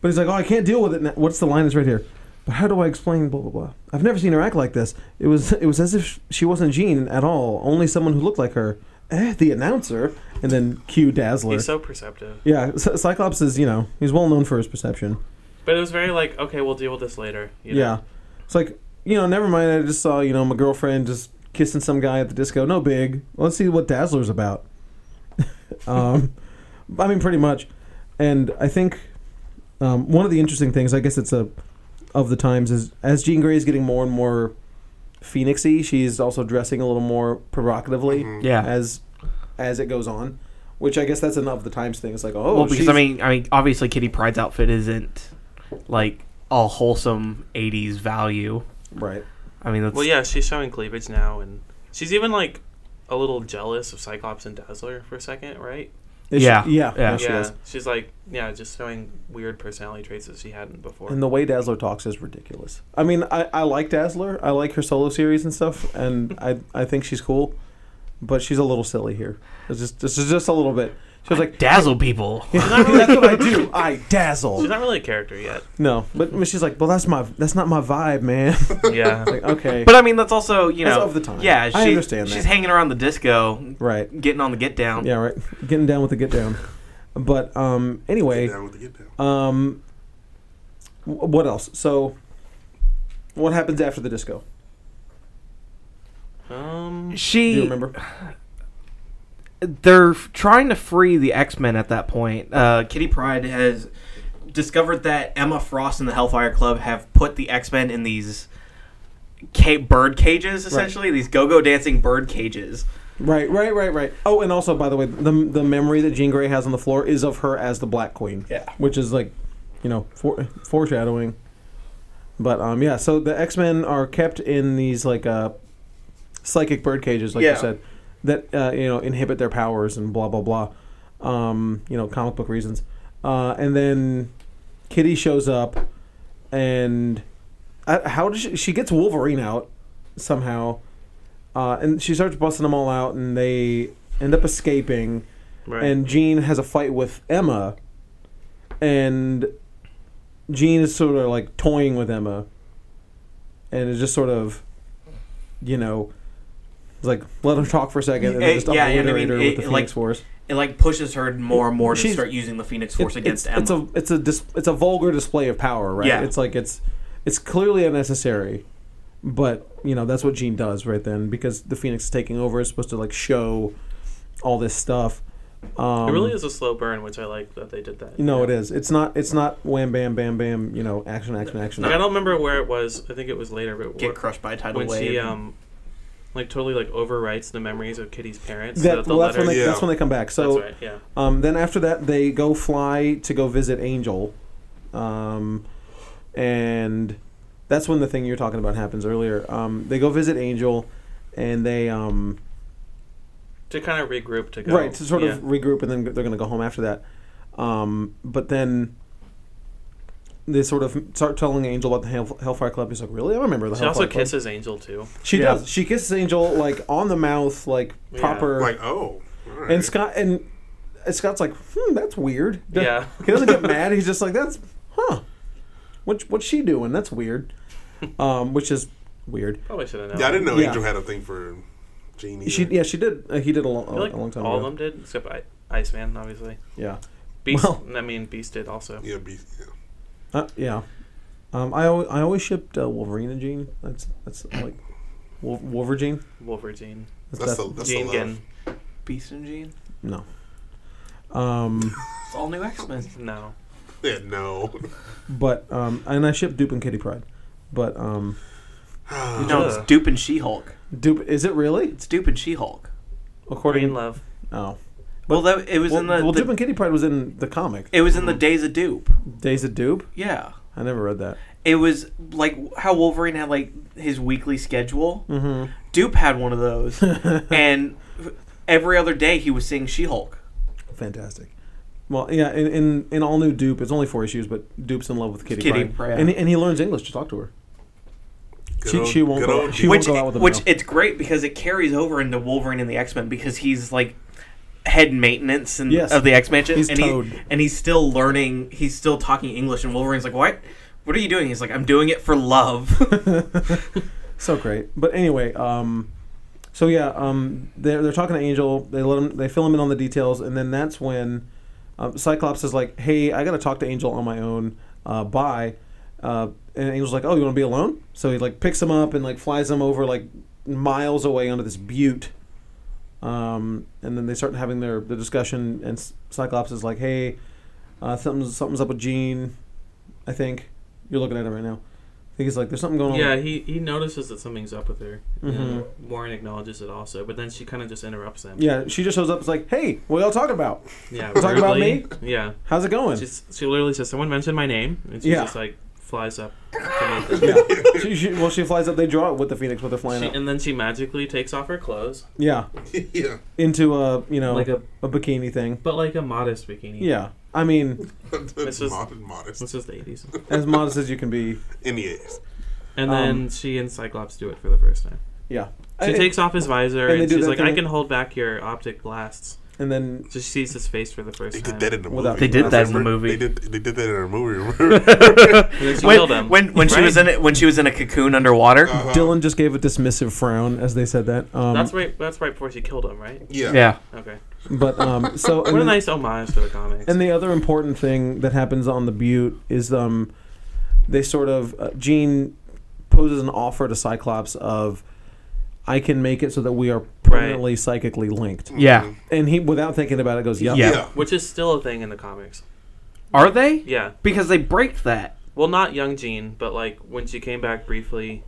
A: but he's like, oh, I can't deal with it. Now. What's the line? Is right here. But how do I explain? Blah blah blah. I've never seen her act like this. It was it was as if she wasn't Jean at all. Only someone who looked like her. Eh, the announcer, and then Q Dazzler.
B: he's so perceptive.
A: yeah, Cy- Cyclops is you know he's well known for his perception.
B: But it was very like, okay, we'll deal with this later. you know?
A: Yeah. It's like, you know, never mind. I just saw, you know, my girlfriend just kissing some guy at the disco. No big. Let's see what Dazzler's about. um, I mean, pretty much. And I think um, one of the interesting things, I guess it's a of the times, is as Jean Grey is getting more and more phoenixy, she's also dressing a little more provocatively
B: Mm-hmm.
C: Mhm.
F: Yeah.
A: as as it goes on. Which I guess that's an of the times thing. It's like, oh,
F: well, because
A: she's-
F: I mean, I mean, obviously, Kitty Pride's outfit isn't like all wholesome '80s value.
A: right.
F: I mean, that's
B: Well, yeah, she's showing cleavage now, and she's even like a little jealous of Cyclops and Dazzler for a second, right?
A: Is she-
F: Yeah.
A: yeah,
F: Yeah.
A: she
B: yeah,
A: is.
B: she's like, yeah, just showing weird personality traits that she hadn't before.
A: And the way Dazzler talks is ridiculous. I mean, I, I like Dazzler. I like her solo series and stuff, and I I think she's cool, but she's a little silly here. It's just this is just a little bit. She was like,
F: dazzle people.
A: "That's what I do. I
B: she's
A: dazzle."
B: not really a character yet.
A: No, but but she's like, "Well, that's my that's not my vibe, man."
B: yeah,
A: like, okay,
D: But I mean, that's also you
A: That's
D: know
A: of the time.
D: Yeah,
A: I
D: she-
A: understand that.
D: She's hanging around the disco,
A: right?
D: getting on the get down.
A: Yeah, right. Getting down with the get down. But um,
C: Get
A: anyway,
C: down with the get down.
A: um, wh- what else? So, what happens after the disco?
B: um,
A: Do
F: She
A: you remember?
F: they're f- trying to free the X Men at that point. Uh,
D: Kitty Pride has discovered that Emma Frost and the Hellfire Club have put the X Men in these ca- bird cages, essentially these go-go dancing bird cages.
A: Right, right, right, right. Oh, and also, by the way, the the memory that Jean Grey has on the floor is of her as the Black Queen.
D: Yeah.
A: which is like, you know, for, foreshadowing. But um, yeah. So the X Men are kept in these like uh, psychic bird cages, like
D: Yeah.
A: you said, that uh, you know inhibit their powers and blah blah blah. Um, you know, comic book reasons. Uh, and then Kitty shows up, and I, how does she, she gets Wolverine out somehow? Uh, and she starts busting them all out, and they end up escaping.
B: right.
A: And Jean has a fight with Emma, and Jean is sort of like toying with Emma, and is just sort of, you know, it's like let him talk for a second, and
D: Eh,
A: then just
D: yeah, and I
A: obliterate
D: mean,
A: her
D: it-
A: with the
D: it,
A: Phoenix
D: like,
A: Force.
D: It like pushes her more and more to
A: She's-
D: start using the Phoenix Force
A: It-
D: against
A: it's,
D: Emma.
A: It's a it's a dis, it's a vulgar display of power, right?
D: Yeah.
A: It's like it's it's clearly unnecessary, but you know that's what Jean does right then because the Phoenix is taking over. It's supposed to like show all this stuff. Um,
B: it really is a slow burn, which I like that they did that.
A: No, it is. It's not. It's not wham, bam, bam, bam. You know, action, action, action.
B: Like, I don't remember where it was. I think it was later, but
D: Get
B: wh-
D: crushed by a tidal
B: when
D: wave.
B: she um, like totally like overwrites the memories of Kitty's parents. so
A: That,
B: that the
A: well, that's when
B: letters-
A: they.
C: Yeah.
A: That's when they come back. So
B: that's right. Yeah.
A: um, then after that, they go fly to go visit Angel, um, and that's when the thing you're talking about happens earlier. Um, they go visit Angel, and they um,
B: To kind of regroup to go.
A: Right, to sort
B: yeah.
A: of regroup, and then they're going to go home after that. Um, but then they sort of start telling Angel about the Hell- Hellfire Club. He's like, "Really? I remember the
B: She
A: Hellfire
B: also
A: Club."
B: kisses Angel too.
A: She
F: Yeah.
A: does. She kisses Angel like on the mouth, like
B: Yeah.
A: proper.
C: Like, oh. all right.
A: and Scott and and Scott's like, "Hmm, that's weird."
B: Yeah.
A: he doesn't get mad. He's just like, "That's huh? What what's she doing? That's weird." Um, which is weird.
B: Probably should have known.
C: Yeah, I didn't know
A: Yeah.
C: Angel had a thing for Jean.
A: She
C: either.
A: yeah she did uh, he did a, lo-
B: I feel like
A: a long time
B: all
A: ago.
B: of them did, except I- Iceman, obviously.
A: Yeah.
B: Beast.
A: Well-
B: I mean, Beast did also.
C: Yeah, beast. Yeah.
A: Uh, yeah. Um, I always, I always shipped uh, Wolverine and Jean. That's that's like Wol- Wolverine.
B: Wolverine.
C: That's the that's the
B: Jean
C: love.
B: Ginn.
D: Beast and Jean.
A: no. Um,
D: It's all new X Men.
B: No.
C: Yeah, no.
A: but um, and I shipped Dupe and Kitty Pride. But um,
C: Ah,
D: No, it's
B: Ugh.
D: Dupe and She Hulk.
A: Dupe is it really?
D: It's Dupe and She Hulk.
B: Green
A: According
B: Love.
A: oh
D: Well, that, it was
A: well,
D: in the,
A: well
D: the-
A: Dupe and Kitty Pride was in the comic
D: it was in the Days of Dupe.
A: Days of Dupe.
D: Yeah,
A: I never read that.
D: it was like how Wolverine had like his weekly schedule.
A: Mm-hmm.
D: Dupe had one of those, and every other day he was seeing She Hulk.
A: Fantastic. Well, yeah, in, in in all new Dupe, it's only four issues, but Dupe's in love with Kitty,
D: Kitty
A: Pryde.
D: Pryde.
A: and he, and he learns English to talk to her.
C: Good
A: She- she won't
C: good
A: go-
C: old
A: she
C: Jean.
A: won't
D: Which,
A: go out with him
D: which
A: now.
D: it's great because it carries over into Wolverine and the X Men because he's like head maintenance and
A: Yes.
D: of the X Mansion,
A: He's
D: and he-
A: Toad.
D: and he's still learning. He's still talking English, and Wolverine's like, "What? What are you doing?" He's like, "I'm doing it for love."
A: So great. But anyway, um, so yeah, um, they're they're talking to Angel. They let him. They fill him in on the details, and then that's when um, Cyclops is like, "Hey, I got to talk to Angel on my own. Uh, bye." Uh, and Angel's like, "Oh, you want to be alone?" So he like picks him up and like flies him over like miles away onto this butte. Um, and then they start having their, their discussion, and S- Cyclops is like, "Hey, uh, something's something's up with Jean. I think you're looking at him right now. I think he's like, there's something going on."
B: Yeah, he, he notices that something's up with her. And
A: Mhm.
B: Warren acknowledges it also, but then she kind of just interrupts him.
A: Yeah, she just shows up. It's like, hey, what y'all talking about?
B: Yeah.
A: Talking about
B: rudely. Yeah.
A: How's it going?
B: She's, she literally says, "Someone mentioned my name," and she
A: Yeah.
B: just like flies up, to meet them.
A: Yeah. she, she, well, she flies up. They draw it with the phoenix, with the flying
B: She-
A: up.
B: and then she magically takes off her clothes,
A: Yeah,
C: yeah.
A: into a you know
B: like a
A: a bikini thing.
B: but like a modest bikini.
A: Yeah, I mean,
C: That's
B: is-
C: modest, modest.
B: This is the eighties.
A: as modest as you can be.
C: In the ass.
B: And
A: Um,
B: then she and Cyclops do it for the first time.
A: Yeah, I-
B: She takes off his visor
A: and
B: and,
A: they do
B: she's
A: that
B: like, "I
A: thing-
B: can hold back your optic blasts."
A: and then
B: So she sees his face for the first
C: They
B: time.
C: did that in the
A: Without-
C: movie.
A: They
F: did that in the
C: Remember?
F: movie.
C: They did, they did that in a movie. remember?
B: And then she killed
D: when
B: him.
D: when, when she was in it, when she was in a cocoon underwater.
C: Uh-huh.
A: Dylan just gave a dismissive frown as they said that. Um,
B: That's right. That's right before she killed him, right?
C: Yeah.
F: Yeah.
B: Okay.
A: But um, so
B: What a
A: and,
B: nice homage to the comics.
A: and the other important thing that happens on the butte is um, they sort of uh, Jean poses an offer to Cyclops of, I can make it so that we are permanently psychically linked.
F: Yeah.
A: And he, without thinking about it, goes, "Yup."
F: Yeah.
C: Yeah.
B: which is still a thing in the comics.
F: Are they?
B: Yeah.
F: Because they break that.
B: Well, not young Jean, but like when she came back briefly,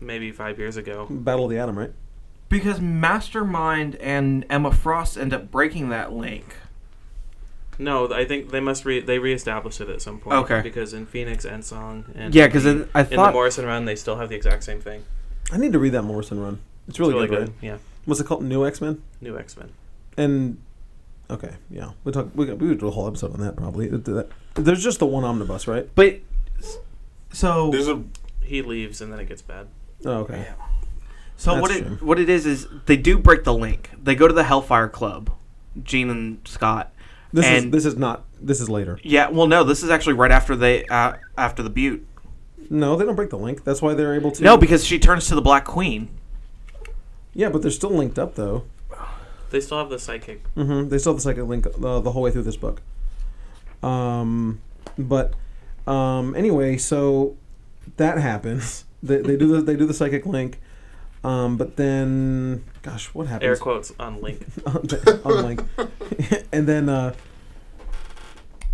B: maybe five years ago.
A: Battle of the Atom, right?
D: Because Mastermind and Emma Frost end up breaking that link.
B: No, I think they must re they reestablished it at some point.
D: Okay.
B: Because in Phoenix and Song and
F: Yeah, because I
B: in the
F: thought
B: Morrison run they still have the exact same thing.
A: I need to read that Morrison run. It's
B: It's
A: really, good. right?
B: Yeah.
A: What's it called? New X Men.
B: New X Men.
A: And okay, yeah, we talk. We, we would do a whole episode on that probably. It- that- There's just the one omnibus, right?
F: but
D: So
C: There's a
B: He leaves and then it gets bad.
A: Oh, okay.
D: so
A: that's
D: what it
A: true.
D: what it is is they do break the link. They go to the Hellfire Club, Gene and Scott.
A: This is
D: and
A: this is not. This is later.
D: yeah, well, no, this is actually right after they uh, after the Butte.
A: No, they don't break the link. That's why they're able to.
D: No, because she turns to the Black Queen.
A: yeah, but they're still linked up though.
B: They still have the psychic.
A: hmm They still have the second link uh, the whole way through this book. Um, but um, anyway, so that happens. They, they do the they do the psychic link, um, but then gosh, what
B: Air
A: happens?
B: quotes on Link.
A: on the- on link, and then uh,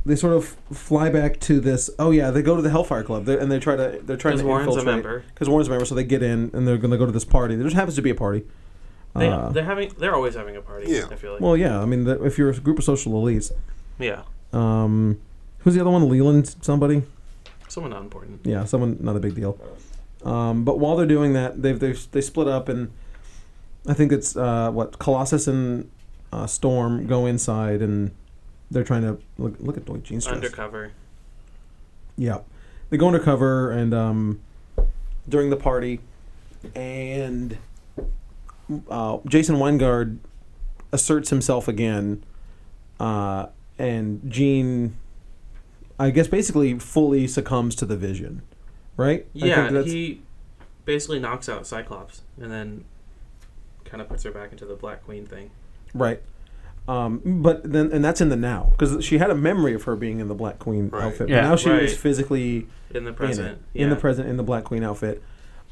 A: they sort of fly back to this. Oh yeah, they go to the Hellfire Club they and they try to they're trying
B: Because
A: to
B: Warren's a
A: infiltrate-
B: member.
A: Because Warren's a member, so they get in and they're going to go to this party. There just happens to be a party.
B: They,
A: Uh,
B: they're having. They're always having a party.
C: Yeah.
B: I feel like.
A: well, yeah, I mean, the, if you're a group of social elites,
B: yeah.
A: Um, who's the other one? Leland, somebody.
B: Someone not important.
A: Yeah, someone. Not a big deal. Um, but while they're doing that, they've they they split up, and I think it's uh, what Colossus and uh, Storm go inside, and they're trying to look look at Lloyd Jean's dress.
B: Undercover.
A: Yeah, they go undercover, and um, during the party, and uh, Jason Weingard asserts himself again, uh, and Gene, I guess, basically fully succumbs to the vision, right? I think
B: Yeah.
A: that's-
B: He basically knocks out Cyclops and then kind of puts her back into the Black Queen thing.
A: right. Um, but then, and that's in the now because she had a memory of her being in the Black Queen
C: Right.
A: outfit.
F: Yeah.
A: but now she
B: Right.
A: was physically
B: in the
A: in, it,
B: present.
A: in the
B: yeah.
A: present in the Black Queen outfit.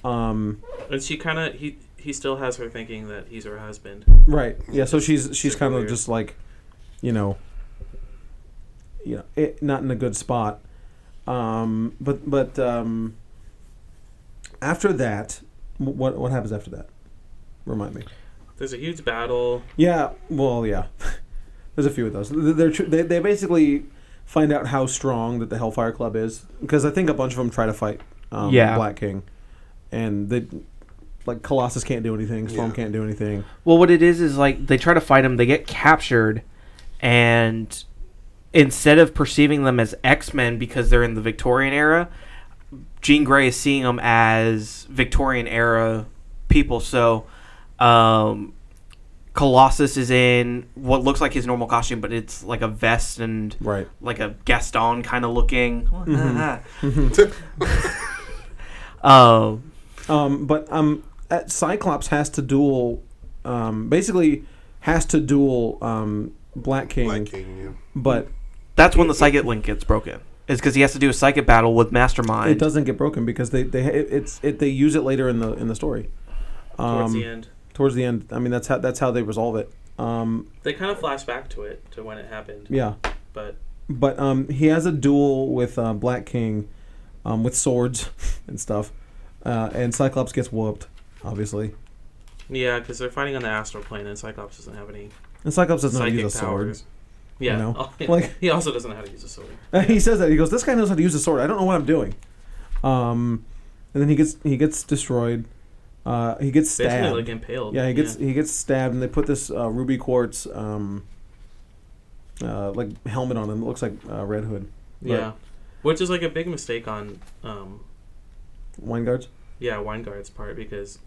A: Um,
B: And she kind of he he still has her thinking that he's her husband.
A: right. Yeah. So she's she's
B: Super
A: kind of
B: weird.
A: just like, you know, you know, it, not in a good spot. Um, but but um, after that, wh- what what happens after that? Remind me.
B: There's a huge battle.
A: Yeah, well, yeah. There's a few of those. Th- They're tr- they, they basically find out how strong that the Hellfire Club is because I think a bunch of them try to fight um,
F: Yeah.
A: Black King, and they like Colossus can't do anything, Storm
C: Yeah.
A: can't do anything.
F: Well, what it is is like they try to fight them, they get captured, and instead of perceiving them as X Men because they're in the Victorian era, Jean Grey is seeing them as Victorian era people. So, um, Colossus is in what looks like his normal costume, but it's like a vest and
A: Right.
F: like a Gaston kind of looking. um,
A: Um, but um, at Cyclops has to duel, um, basically has to duel um, Black King,
C: Black King, yeah.
A: but
F: that's when the psychic link gets broken. Is because he has to do a psychic battle with Mastermind.
A: it doesn't get broken because they they it, it's it, they use it later in the in the story. Um,
B: Towards the end,
A: towards the end. I mean, that's how that's how they resolve it. Um,
B: they kind of flash back to it to when it happened.
A: yeah,
B: But
A: but um, he has a duel with uh, Black King, um, with swords and stuff, uh, and Cyclops gets whooped, obviously.
B: yeah, because they're fighting on the astral plane, and Cyclops doesn't have any
A: And Cyclops doesn't know how to
B: psychic
A: use a sword.
B: powers. Yeah,
A: you know?
B: like
A: Like-
B: he also doesn't know how to use a sword.
A: he says that he goes, "This guy knows how to use a sword. I don't know what I'm doing." Um, and then he gets he gets destroyed. Uh, he gets
B: Basically,
A: stabbed.
B: like impaled.
A: Yeah, he gets he gets stabbed, and they put this uh, ruby quartz um, uh, like helmet on him. It looks like uh, Red Hood.
B: Yeah. which is like a big mistake on um
A: Wine guards.
B: yeah Weingart's part because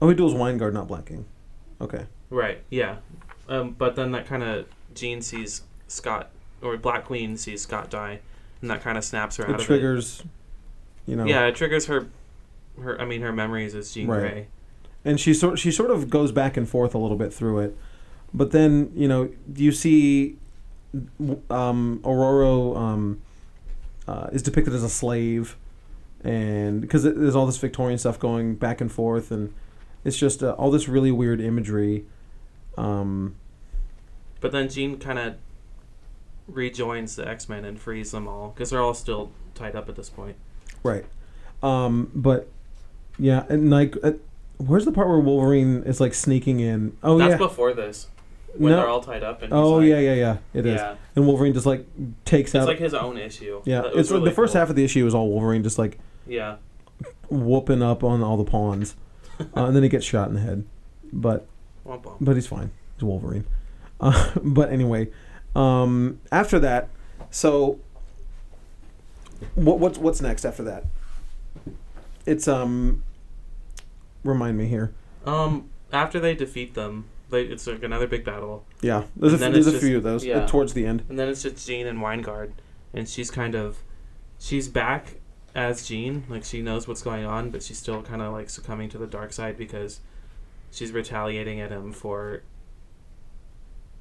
A: Oh, he duels Weingard, not Black King. Okay.
B: right yeah, um but then that kind of Jean sees Scott or Black Queen sees Scott die, and that kind of snaps her out
A: It
B: of it.
A: triggers, you know.
B: Yeah, it triggers her, her. I mean, her memories as Jean
A: Right.
B: Grey.
A: And she sort she sort of goes back and forth a little bit through it, but then you know you see, um, Aurora um, uh, is depicted as a slave, and because there's all this Victorian stuff going back and forth, and it's just uh, all this really weird imagery. Um,
B: But then Jean kind of rejoins the X Men and frees them all because they're all still tied up at this point.
A: Right. Um, but yeah, and like, uh, where's the part where Wolverine is like sneaking in? Oh
B: That's
A: yeah.
B: before this, when
A: No.
B: they're all tied up. And he's
A: oh
B: like-
A: yeah, yeah, yeah. It is.
B: Yeah.
A: And Wolverine just like takes
B: It's
A: out.
B: like his own issue.
A: yeah,
B: That Uh, was
A: it's like
B: really
A: the first
B: cool.
A: half of the issue is all Wolverine just like
B: Yeah,
A: whooping up on all the pawns, uh, and then he gets shot in the head. But
B: Womp womp.
A: but he's fine. He's Wolverine. Uh, but anyway, um, after that, so what, what's what's next after that? It's um, remind me here.
B: Um, after they defeat them, they, it's like another big battle,
A: Yeah, there's a,
B: And
A: f-
B: then
A: there's a
B: it's just-
A: few of those uh,
B: yeah.
A: towards the end.
B: and then it's just Jean and Weingard, and she's kind of, she's back as Jean, like she knows what's going on, but she's still kind of like succumbing to the dark side because she's retaliating at him for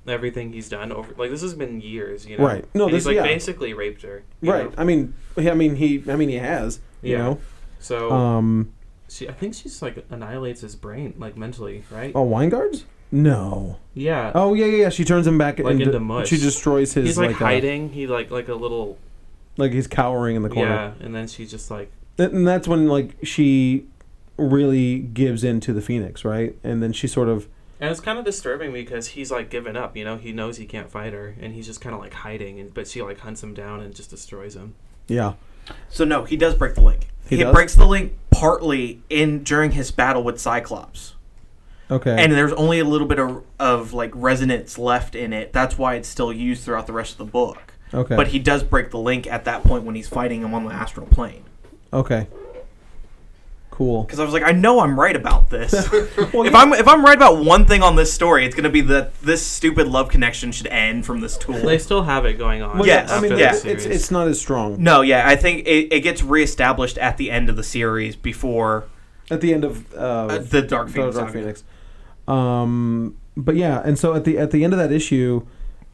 B: everything he's done over. Like this has been years, you know.
A: Right. No,
B: And
A: this-
B: he's like
A: yeah.
B: basically raped her. you
A: Right.
B: know?
A: I mean, he- I mean he, I mean he has. You
B: Yeah. Oh.
A: know.
B: So
A: Um.
B: she, I think she's like annihilates his brain, like mentally, right?
A: Oh, wine guards? No.
B: Yeah.
A: Oh yeah, yeah, yeah. She turns him back
B: Like
A: and
B: into
A: de-
B: mush.
A: She destroys his
B: He's like,
A: like, uh,
B: hiding. he like like a little
A: like he's cowering in the corner.
B: yeah, and then she's just like
A: Th- and that's when like she really gives in to the phoenix right and then she sort of
B: And it's kind of disturbing because he's like given up, you know. He knows he can't fight her, and he's just kind of like hiding. And but she like hunts him down and just destroys him.
A: yeah
D: So no, he does break the link.
A: He
D: He,
A: does?
D: breaks the link partly in during his battle with Cyclops.
A: okay
D: And there's only a little bit of, of like resonance left in it. That's why it's still used throughout the rest of the book.
A: okay
D: But he does break the link at that point when he's fighting him on the astral plane.
A: okay cool
D: Because I was like, I know I'm right about this.
A: Well,
D: if
A: yeah.
D: I'm if I'm right about one thing on this story, it's gonna be that this stupid love connection should end from this tool.
B: They still have it going on.
A: Well,
D: Yes.
A: i mean
B: after
D: yeah,
B: the
A: it's, it's
B: series.
A: it's not as strong
D: No, yeah, I think it, it gets reestablished at the end of the series before
A: at the end of uh,
D: uh, the Dark Phoenix.
A: Dark
D: saga.
A: Phoenix. Um, but yeah, and so at the at the end of that issue,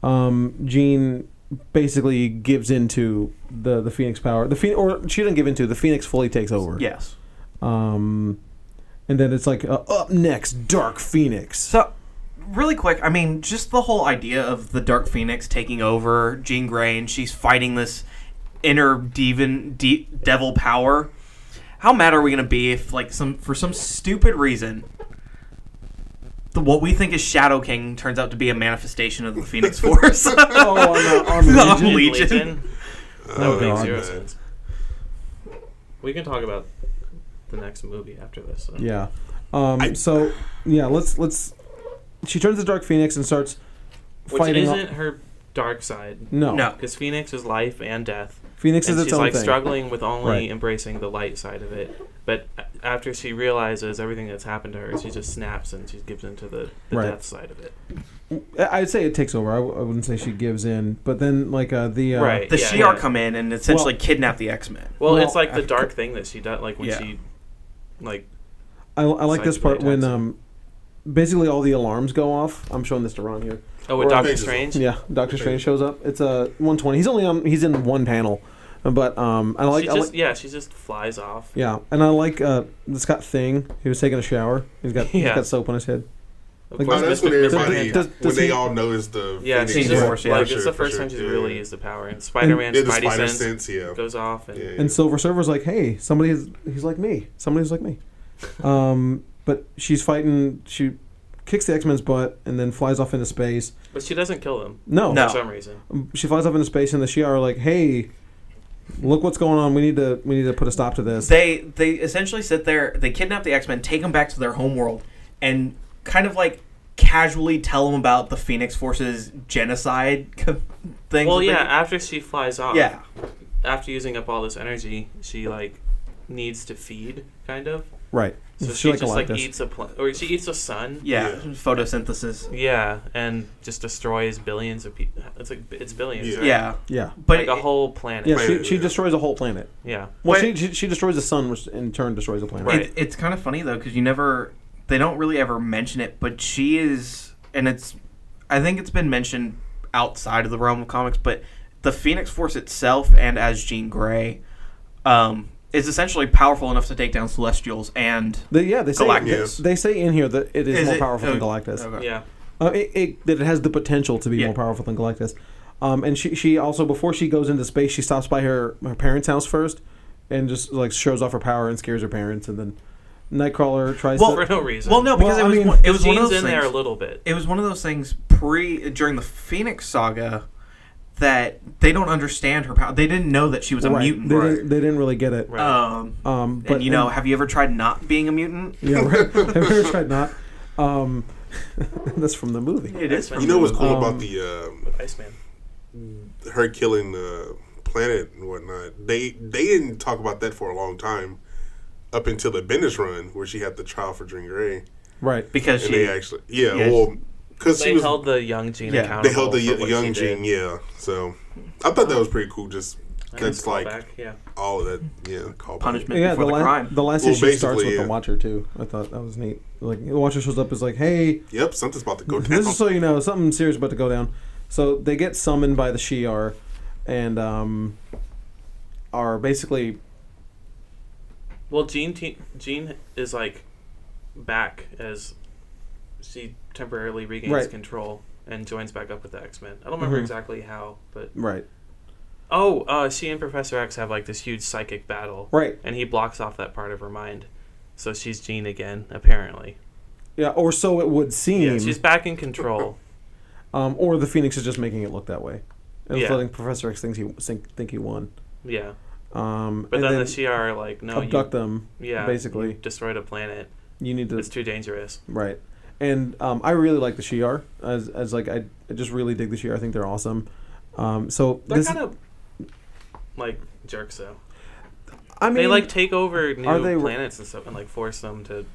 A: um, Jean basically gives into the the Phoenix power. The Phoenix, or she doesn't give into the Phoenix fully takes over.
D: Yes.
A: Um, and then it's like uh, up next, Dark Phoenix.
D: So, really quick, I mean, just the whole idea of the Dark Phoenix taking over Jean Grey and she's fighting this inner demon, de- devil power. How mad are we going to be if, like, some for some stupid reason, the, what we think is Shadow King turns out to be a manifestation of the Phoenix Force?
A: oh, on the,
D: No.
A: on Legion.
D: Legion.
B: That would
A: Oh,
B: make
A: God.
B: zero sense. We can talk about the next movie after this. so.
A: Yeah. Um, so yeah, let's let's. She turns to Dark Phoenix and starts
B: Which
A: fighting. all-
B: isn't her dark side.
A: no,
D: No.
B: Because Phoenix is life and death.
A: Phoenix
B: and
A: is its
B: she's
A: own
B: like
A: thing.
B: struggling with only
A: Right.
B: embracing the light side of it. But a- after she realizes everything that's happened to her, she just snaps and she gives into the, the
A: Right.
B: death side of it.
A: I- I'd say it takes over. I, w- I wouldn't say she gives in, but then like uh, the uh,
B: Right.
D: the
B: yeah,
D: Shi'ar
B: yeah.
D: come in and essentially kidnap the X Men.
B: Well,
A: Well,
B: it's like the dark thing that she does, like when
D: Yeah.
B: she, like
A: I, I like this
B: Psychically
A: part when
B: attacks
A: um, basically all the alarms go off. I'm showing this to Ron here.
B: oh, with
C: Or-
B: Doctor
C: Phases.
B: Strange.
A: Yeah, Doctor Strange shows up. It's a uh, 120. He's only on. He's in one panel, but um, I like.
B: she
A: I
B: just
A: like
B: yeah, she just flies off.
A: yeah, and I like uh, this got thing. He was taking a shower. He's got he's
B: Yeah.
A: got soap on his head.
B: Of
A: Like,
C: Oh,
B: course,
C: that's
B: Mr.
C: when
B: Mr.
C: everybody,
A: Does- does-
C: when
A: does
C: they
A: he-
C: all noticed the
B: Yeah,
C: Phoenix
B: she's
D: Phoenix
B: just
D: Force, yeah.
B: like
C: For
B: it's
C: sure,
B: the
C: for
B: first
C: sure.
B: time she's
C: Yeah,
B: really
C: yeah.
B: used the power, and Spider-Man,
C: Did the
B: Spidey
C: spider
B: sense
C: sense, yeah.
B: goes off, and
C: Yeah, yeah.
A: And Silver Surfer's like, hey, somebody's he's like me. Somebody's like me. Um, but she's fighting. She kicks the X Men's butt and then flies off into space.
B: but she doesn't kill them
A: No,
D: No.
B: for some reason.
A: she flies off into space, and the Shi'ar are like, hey, look what's going on. We need to we need to put a stop to this.
D: They they essentially sit there. They kidnap the X Men, take them back to their homeworld, and kind of like casually tell them about the Phoenix Force's genocide thing.
B: Well, yeah, uh, after she flies off,
D: yeah.
B: after using up all this energy, she like needs to feed, kind of.
A: Right.
B: So she,
A: like,
B: just like
A: Galactus.
B: eats a plant, or she eats a sun.
D: yeah,
C: Yeah.
D: photosynthesis.
B: Yeah, and just destroys billions of people. It's like it's billions.
C: Yeah.
B: right?
D: Yeah,
A: Yeah.
D: but
B: like a whole planet.
A: Yeah.
B: Yeah,
A: She, she destroys a whole planet. Well, she,
D: Wait.
A: she she destroys the sun, which in turn destroys the planet.
B: Right.
D: It, it's kind of funny though because you never, they don't really ever mention it, but she is, and it's, I think it's been mentioned outside of the realm of comics, but the Phoenix Force itself and as Jean Grey, um, is essentially powerful enough to take down Celestials and
A: They, yeah, they say
C: Galactus.
A: They, they say in here that it is,
D: Is
A: more
D: it-
A: powerful than
D: oh,
A: Galactus.
D: okay.
B: yeah.
A: Uh, it, it, that it has the potential to be
D: Yeah.
A: more powerful than Galactus. Um, and she, she also before she goes into space, she stops by her, her parents' house first, and just like shows off her power and scares her parents, and then Nightcrawler tries
D: Well,
B: for
A: to.
B: no reason.
D: Well, no,
A: Well,
D: because
A: I
D: it was
A: mean-
D: one, it was one of
B: Jean's
D: those
B: in
D: things.
B: there a little bit.
D: it was one of those things pre during the Phoenix saga that they don't understand her power. They didn't know that she was a
A: Right.
D: mutant.
A: They,
C: Right.
A: Didn't, they didn't really get it.
B: Right.
D: Um,
A: Um, but
D: and you know,
A: and-
D: have you ever tried not being a mutant?
A: yeah, right. Have you ever tried not? Um, that's from the movie.
D: It is.
B: from
C: You know what's cool
A: Um,
C: about the um,
B: with Iceman.
C: her killing the planet and whatnot? They they didn't talk about that for a long time, up until the Bendis run where she had the trial for Jean Grey,
A: Right.
D: because
C: and
D: she.
C: they actually yeah,
D: yeah.
C: well because
B: They
C: she was
B: held the young Jean
D: Yeah.
B: accountable.
C: they held the
B: for
C: y-
B: what she
C: young
B: did.
C: Jean yeah. So I thought that was pretty cool. Just
B: And
C: that's
B: call
C: like
B: back, yeah.
C: all of that yeah call
D: Punishment.
A: Yeah,
D: before
A: the,
D: the
A: la-
D: crime.
A: the last
C: Well,
A: issue starts
C: basically,
A: with
C: yeah.
A: the Watcher too. I thought that was neat. Like the Watcher shows up, is like, "Hey,
C: Yep, something's about to go down.
A: This is so you know something serious about to go down. So they get summoned by the Shi'ar, and um, are basically
B: Well, Jean te- Jean is like back as she temporarily regains
A: Right.
B: control and joins back up with the X Men. I don't remember
A: Mhm.
B: exactly how, but
A: right,
B: oh, uh, she and Professor X have like this huge psychic battle,
A: right,
B: and he blocks off that part of her mind, so she's Jean again, apparently.
A: yeah, or so it would seem.
B: Yeah, she's back in control.
A: um, or the Phoenix is just making it look that way, and it's
B: Yeah.
A: letting Professor X think he think, think he won.
B: yeah,
A: Um,
B: but
A: and
B: then,
A: then,
B: the Shi'ar are like, no,
A: abduct
B: you,
A: them.
B: yeah,
A: basically.
B: you destroyed a planet.
A: You need to
B: It's too dangerous.
A: Right. And um, I really like the Shi'ar as, as like I, I just really dig the Shi'ar. I think they're awesome. Um, so
B: They're
A: this,
B: kind of like jerks though.
A: I mean,
B: they like take over new
A: are they-
B: planets and stuff and like force them to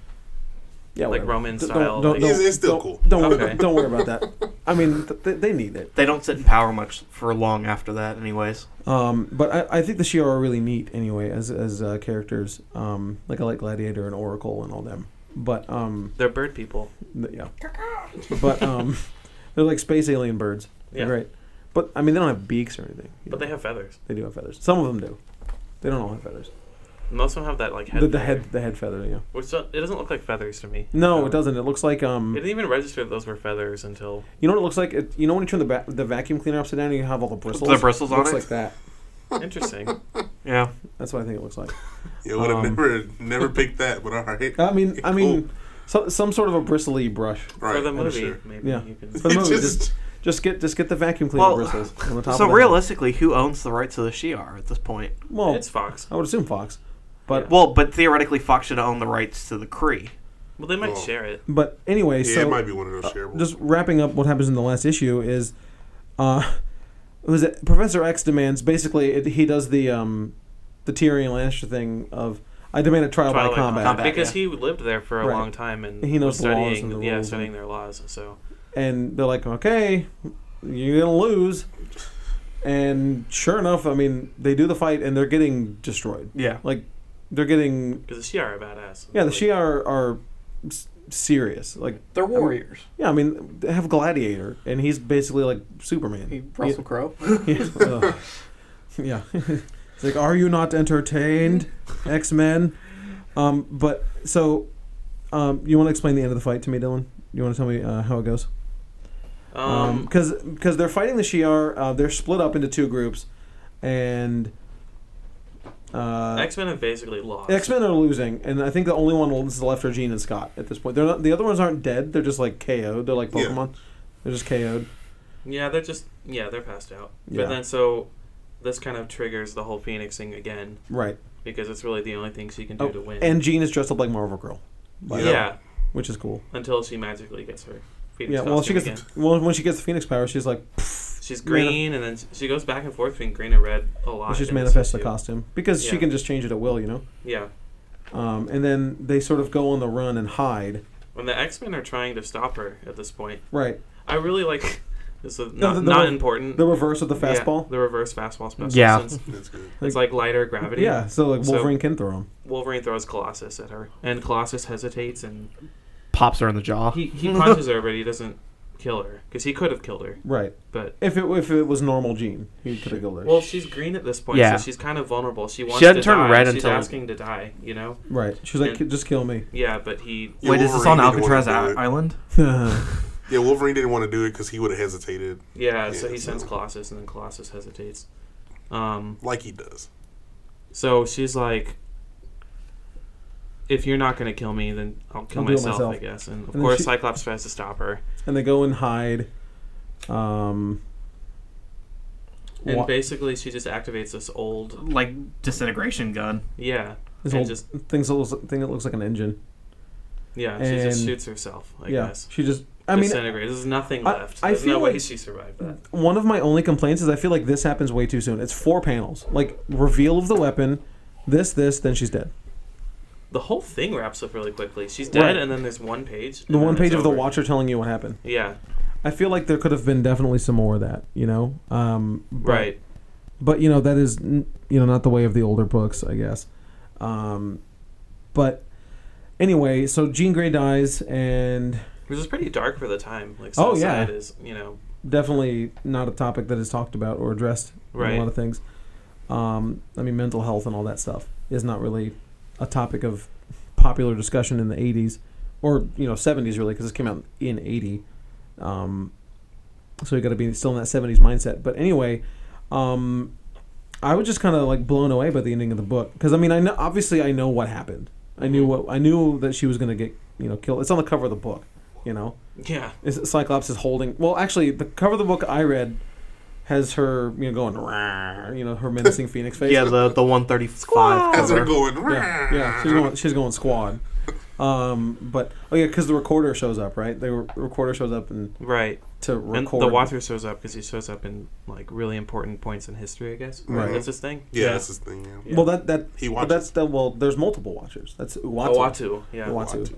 A: yeah,
B: like
A: whatever.
B: Roman
A: D- Don't,
B: style,
A: don't,
B: like-
A: don't,
C: It's- it's still
A: don't-
C: cool.
A: Don't,
B: Okay.
A: don't worry about that. I mean, th- th- they need it.
D: They don't sit in power much for long after that, anyways.
A: Um, but I, I think the Shi'ar are really neat anyway as as uh, characters. Um, like I like Gladiator and Oracle and all them. But um,
B: They're bird people.
A: th- yeah. but um, they're like space alien birds. They're
B: Yeah.
A: great. But I mean, they don't have beaks or anything. you
B: But they
A: know.
B: have feathers.
A: They do have feathers. Some of them do. They don't all have feathers.
B: Most of them have that like head.
A: The, the
B: feather,
A: head, the head feather. Yeah.
B: Which don't- it doesn't look like feathers to me.
A: No,
B: Um,
A: it doesn't. It looks like
B: It
A: um.
B: didn't even register that those were feathers until
A: You know what it looks like? It, you know when you turn the ba- the vacuum cleaner upside down, and you have all the bristles.
D: The bristles
A: it
D: on
A: looks
D: it?
A: like that.
B: interesting.
D: Yeah.
A: That's what I think it looks like.
C: You would have
A: Um,
C: never never picked that, but all right.
A: I mean, I mean,
C: Cool.
A: so, some sort of a bristly brush.
C: right.
B: For the movie,
C: sure.
B: maybe
A: Yeah.
B: you can.
A: For the
C: It
A: movie,
C: just-
A: just just get just get the vacuum cleaner
D: Well,
A: bristles on the top.
D: So
A: of the
D: realistically, who owns the rights to the Shi'ar at this point?
A: head. well,
B: It's Fox.
A: I would assume Fox, but
D: Well, but theoretically, Fox should own the rights to the Kree.
B: Well, they might
C: Well,
B: share it.
A: but anyway,
C: yeah,
A: so uh,
C: it might be one of those shareables.
A: just wrapping up what happens in the last issue is uh was it professor x demands basically it, he does the um the tyrion lannister thing of i demand a trial, by
B: Twilight
A: combat,
D: combat.
B: because
D: yeah.
B: he lived there for a
A: Right.
B: long time and
A: He knows
B: was
A: the laws and
B: studying,
A: the
B: yeah,
A: rules
B: studying
A: and-
B: their laws. So
A: and they're like okay you're gonna lose and sure enough i mean they do the fight and they're getting destroyed
D: Yeah.
A: like they're getting
B: because the Shia are badass.
A: yeah the
B: Like,
A: shia are, are s- serious like
F: They're
A: warriors. yeah i mean they have gladiator and he's basically like superman He-
F: Crowe.
A: Yeah. Ugh. yeah. it's like, are you not entertained, X Men? Um, but so, um, you want to explain the end of the fight to me, Dylan? You want to tell me uh, how it goes?
B: Um,
A: because because they're fighting the Shi'ar. Uh, they're split up into two groups, and uh,
B: X Men have basically lost.
A: X Men are losing, and I think the only one that's left are Jean and Scott at this point. They're not. The other ones aren't dead. They're just like KO'd. They're like
C: Yeah.
A: Pokemon. They're just KO'd.
B: Yeah, they're just yeah they're passed out.
A: Yeah.
B: But then so this kind of triggers the whole Phoenix thing again
A: Right.
B: because it's really the only thing she can do
A: Oh,
B: to win.
A: and Jean is dressed up like Marvel Girl. by the
B: yeah,
A: way, Which is cool.
B: until she magically gets her. Phoenix
A: Yeah, well, she
B: costume
A: gets
B: again.
A: the, well when she gets the phoenix power, she's like
B: She's
A: manif-
B: green, and then she goes back and forth between green and red a lot.
A: she just
B: in this
A: manifests the
B: issue.
A: costume because she
B: Yeah.
A: can just change it at will, you know.
B: Yeah,
A: Um, and then they sort of go on the run and hide.
B: when the X Men are trying to stop her at this point,
A: Right,
B: I really like. This is
A: No,
B: not,
A: the- the
B: not
A: re-
B: important.
A: the reverse of the
B: Yeah,
A: fastball.
B: the reverse fastball special.
F: Yeah.
B: since
C: That's good.
B: it's like lighter gravity.
A: Yeah, so like
B: So-
A: Wolverine can throw him.
B: Wolverine throws Colossus at her, and Colossus hesitates, and
F: Pops her in the
D: Oh.
F: jaw.
B: he, he punches her, but he doesn't kill her because he could have killed her.
A: Right.
B: But
A: If it if it was normal Jean, he could have killed her.
B: well, she's green at this point,
F: Yeah.
B: so she's kind of vulnerable. She wants
F: doesn't
B: to
F: turn
B: die.
F: red
B: she's
F: until-
B: asking to die. You know.
A: right. She's like,
B: and-
A: just kill me.
B: Yeah, but he.
C: Yeah,
E: Wait, is this
C: Wolverine
E: on
C: didn't wanna
E: Alcatraz
C: do
E: I-
C: it.
E: Island?
A: yeah,
C: Yeah, Wolverine didn't want to do it because he would have hesitated,
B: Yeah, so
C: Yeah.
B: he sends Colossus, and then Colossus hesitates. Um.
C: like he does.
B: So she's like, "If you're not gonna kill me, then I'll kill
A: I'll do it
B: myself,
A: myself."
B: I guess." And of
A: And then
B: course,
A: she-
B: Cyclops tries to stop her,
A: and they go and hide. Um,
B: and
A: wa-
B: basically she just activates this old,
E: Like disintegration gun.
B: yeah,
A: this
B: and
A: old
B: just-
A: things that looks, thing that looks like an engine.
B: yeah. She just
A: And-
B: shoots herself, I
A: yeah,
B: guess.
A: she just. I mean,
B: disintegrates. There's nothing
A: I-
B: left.
A: I
B: There's
A: feel
B: no way
A: like-
B: she survived that.
A: one of my only complaints is I feel like this happens way too soon. It's four panels, like reveal of the weapon, this, this, then she's dead.
B: The whole thing wraps up really quickly. She's dead,
A: Right.
B: and then there's one page.
A: The
B: and
A: one
B: then
A: page
B: it's
A: of the
B: over.
A: Watcher telling you what happened.
B: Yeah,
A: I feel like there could have been definitely some more of that, you know. Um, but,
B: right.
A: But you know that is, n- you know, not the way of the older books, I guess. Um, but anyway, so Jean Grey dies, and
B: Which is pretty dark for the time. Like
A: Oh,
B: suicide
A: yeah.
B: is, you know,
A: definitely not a topic that is talked about or addressed in
B: Right.
A: a lot of things. Um, I mean, mental health and all that stuff is not really a topic of popular discussion in the '80s or you know '70s really, because this came out in '80. Um, so you got to be still in that '70s mindset. But anyway, um, I was just kind of like blown away by the ending of the book because I mean, I know obviously I know what happened. I knew what I knew that she was going to get you know killed. It's on the cover of the book, you know
B: yeah.
A: is Cyclops is holding. Well, actually, the cover of the book I read has her, you know, going, "Rawr," you know, her menacing phoenix face.
F: yeah, the the one thirty five
C: As they're
F: cover.
C: going,
A: yeah, yeah, she's going, she's going squad. Um, but oh yeah, because the recorder shows up, right? The re- recorder shows up and
B: Right.
A: to
B: And
A: record.
B: the Watcher shows up because he shows up in like really important points in history, I guess. Right.
A: Right.
B: That's his thing.
C: yeah, that's his thing. Yeah.
A: Well, that that
C: He
A: but
C: watches.
A: That's the well. There's multiple watchers. That's Uatu.
B: Oh, Uatu, yeah.
A: Uatu.
C: Uatu.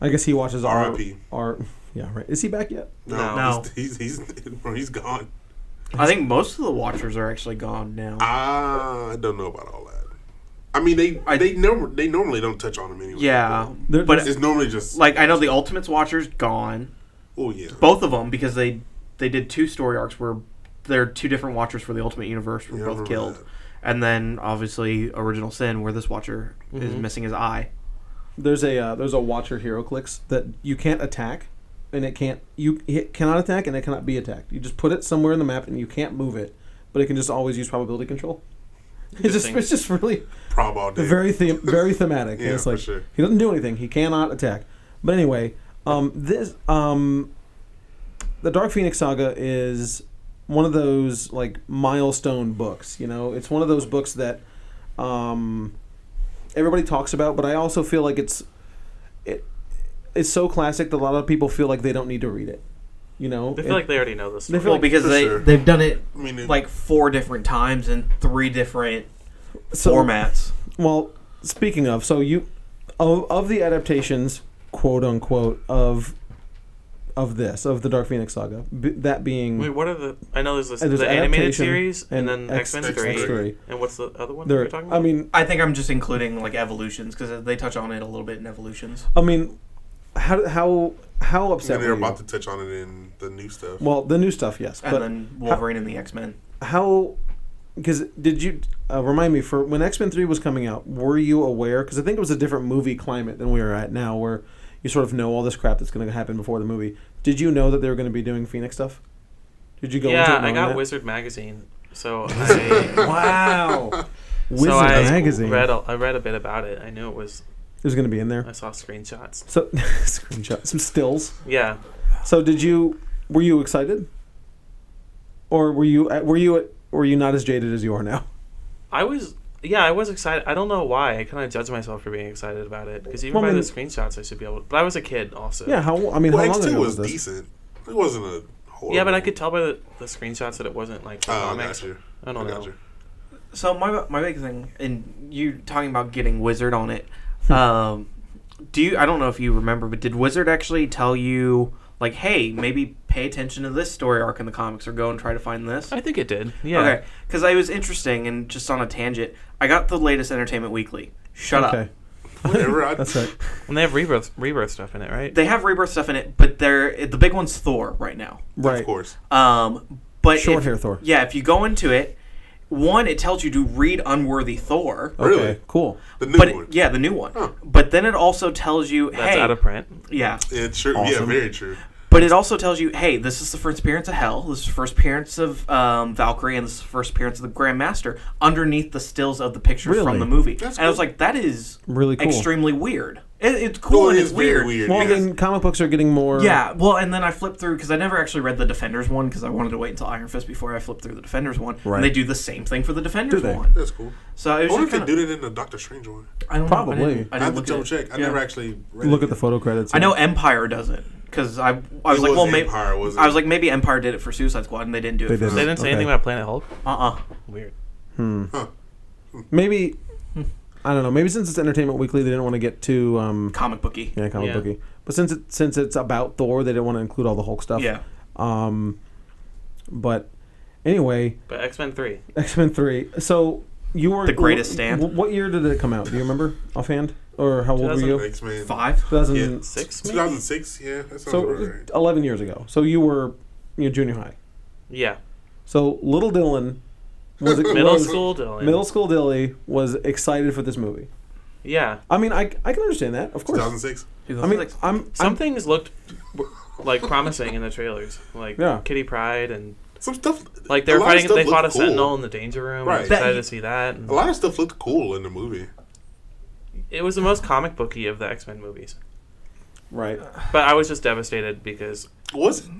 A: I guess he watches our
C: R.I.P..
A: our. Yeah, right. Is he back yet?
B: No.
D: No.
C: He's, he's, he's, bro, he's gone.
D: I think most of the Watchers are actually gone now.
C: I don't know about all that. I I mean, they
D: I-
C: they never they normally don't touch on them anyway.
D: Yeah,
A: They're
D: but
C: it's normally just like
D: like I know the Ultimates Watcher's gone,
C: oh yeah,
D: both of them because they they did two story arcs where there are two different Watchers for the Ultimate Universe were
C: Yeah, I
D: both
C: remember
D: killed,
C: that.
D: and then obviously Original Sin where this Watcher is
F: Mm-hmm.
D: missing his eye.
A: there's a uh, there's a watcher hero clicks that you can't attack and it can't you it cannot attack and it cannot be attacked you just put it somewhere in the map and you can't move it but it can just always use probability control it's just
B: Interesting.
A: it's just really
C: prob all day.
A: very them- very thematic and
C: Yeah,
A: it's
C: for
A: like
C: sure.
A: he doesn't do anything he cannot attack but anyway um this um the dark phoenix saga is one of those like milestone books you know it's one of those books that um everybody talks about, but I also feel like it's it it's so classic that a lot of people feel like they don't need to read it. You know,
B: They
A: It-
B: feel like they already know this.
A: They
B: story.
A: feel
F: Well,
A: like-
F: because
C: for
F: they
C: sure.
F: they've done it
C: I mean, it-
F: like four different times in three different
A: so,
F: formats.
A: Well, speaking of, so you of, of the adaptations, quote unquote, of of this of the Dark Phoenix saga, b- that being
B: Wait, what are the? I know there's this,
A: And there's
B: the animated
A: adaptation
B: series and,
A: and
B: then
A: X-
B: X Men
C: X-Men
B: three.
A: three.
B: And what's the other one you're
A: there.
B: talking about?
A: I mean,
F: I think I'm just including like evolutions because they touch on it a little bit in evolutions.
A: I mean, how how how
C: I mean,
A: upset
C: they're
A: were you?
C: about to touch on it in the new stuff.
A: Well, the new stuff, yes,
F: And
A: but
F: then Wolverine and the X Men.
A: how because did you uh, remind me for when x-men 3 was coming out were you aware because i think it was a different movie climate than we are at now where you sort of know all this crap that's going to happen before the movie did you know that they were going to be doing phoenix stuff did you go into
B: yeah,
A: it
B: I
A: knowing
B: got
A: that?
B: Wizard magazine, so I
A: wow wizard
B: so I
A: magazine
B: read Uh. a, I read a bit about it. I knew it was.
A: is going to be in there
B: I saw screenshots.
A: so screenshot some stills
B: Yeah,
A: so did you were you excited or were you uh, were you were you not as jaded as you are now
B: I was. Yeah, I was excited. I don't know why. I kind of judge myself for being excited about it because even
A: Well, I
B: by
A: mean-
B: the screenshots, I should be able. But I was a kid also.
A: yeah how i mean
C: well,
A: how
C: X
A: long
C: two
A: ago was
C: was
A: this
C: decent. It wasn't a horrible.
B: Yeah, but I could tell by the, the screenshots that it wasn't like the
C: Oh, I
B: comics.
C: got you.
B: I don't
C: I
B: know.
C: got you.
D: So my my big thing, and you talking about getting Wizard on it.
A: Hmm.
D: Um, do you? I don't know if you remember, but did Wizard actually tell you like, hey, maybe pay attention to this story arc in the comics, or go and try to find this?
B: I think it did. Yeah.
D: Okay, because I was interesting and just on a tangent. I got the latest Entertainment Weekly. Shut
A: okay
D: up.
C: Whatever. I,
A: that's right
B: And they have rebirth rebirth stuff in it, right?
D: They have rebirth stuff in it, but they're the big one's Thor right now.
A: right
C: Of course.
D: Um, but
A: Short
D: if-
A: hair Thor.
D: Yeah, if you go into it, one it tells you to read Unworthy Thor.
C: Really?
A: Okay, cool.
C: The new
D: but
C: one.
D: it, yeah, the new one.
C: Huh.
D: But then it also tells you,
B: That's
D: hey,
B: out of print.
D: yeah.
C: It's true. Yeah,
A: Awesome.
C: very true.
D: But it also tells you, hey, this is the first appearance of Hell. This is the first appearance of um, Valkyrie, and this is the first appearance of the Grand Master underneath the stills of the pictures
A: Really?
D: from the movie.
C: That's
D: and I was
C: cool.
D: like, that is
A: Really cool.
D: extremely weird. It, it's cool
C: Well,
D: and
C: it
D: it's
C: is very
D: weird.
C: weird.
A: Well,
C: Yeah.
A: then comic books are getting more.
F: Yeah, well, and then I flipped through because I never actually read the Defenders one because I wanted to wait until Iron Fist before I flipped through the Defenders one.
A: Right.
D: And they do the same thing for the Defenders
A: they?
D: one.
C: That's cool.
D: So it
C: I
D: was
C: wonder
D: just
C: if they
D: kind of,
C: do it in the Doctor Strange one.
F: I don't
A: Probably.
F: Know, I didn't, I
C: I
F: didn't
C: have to
F: look
C: double
F: at it.
C: check. I
F: Yeah.
C: never actually read
A: Look
C: it
A: at the
C: yet.
A: photo credits.
F: I know Empire doesn't because I I was
C: It
F: like,
C: was
F: well, maybe
C: Empire, was it?
F: I was like, maybe Empire did it for Suicide Squad and they didn't do it.
A: They
F: for
A: didn't.
B: They didn't say
A: Okay.
B: anything about Planet Hulk.
F: Uh uh
B: Weird.
A: Maybe I don't know. Maybe since it's Entertainment Weekly, they didn't want to get too um,
F: comic booky.
A: yeah, comic
B: Yeah.
A: booky. But since it since it's about Thor, they didn't want to include all the Hulk stuff.
F: Yeah,
A: Um, but anyway,
B: But X Men three.
A: X Men Three. So you were
F: The greatest
A: wh-
F: stand.
A: wh- What year did it come out? Do you remember offhand, or how old were you?
C: X Men.
F: five.
A: 2000,
C: Yeah.
B: Six maybe?
C: 2006. Yeah, that sounds
A: So uh,
C: about right.
A: eleven years ago. So you were you know, junior high.
B: Yeah.
A: So little Dylan was
B: Middle
A: was-
B: school Dylan.
A: Middle school Dilly was excited for this movie.
B: Yeah.
A: I mean, I, I can understand that, of course.
C: 2006.
A: I mean, I'm,
B: Some
A: I'm
B: things looked like promising in the trailers. Like
A: Yeah.
B: Kitty Pride and
C: Some stuff.
B: like they were
C: a lot of
B: fighting
C: stuff
B: they fought a
C: looked cool.
B: sentinel in the danger room. I was
C: Right.
B: excited to see that. and
C: A lot of stuff looked cool in the movie.
B: it was the most comic booky of the X Men movies.
A: right
B: But I was just devastated because
C: Was it?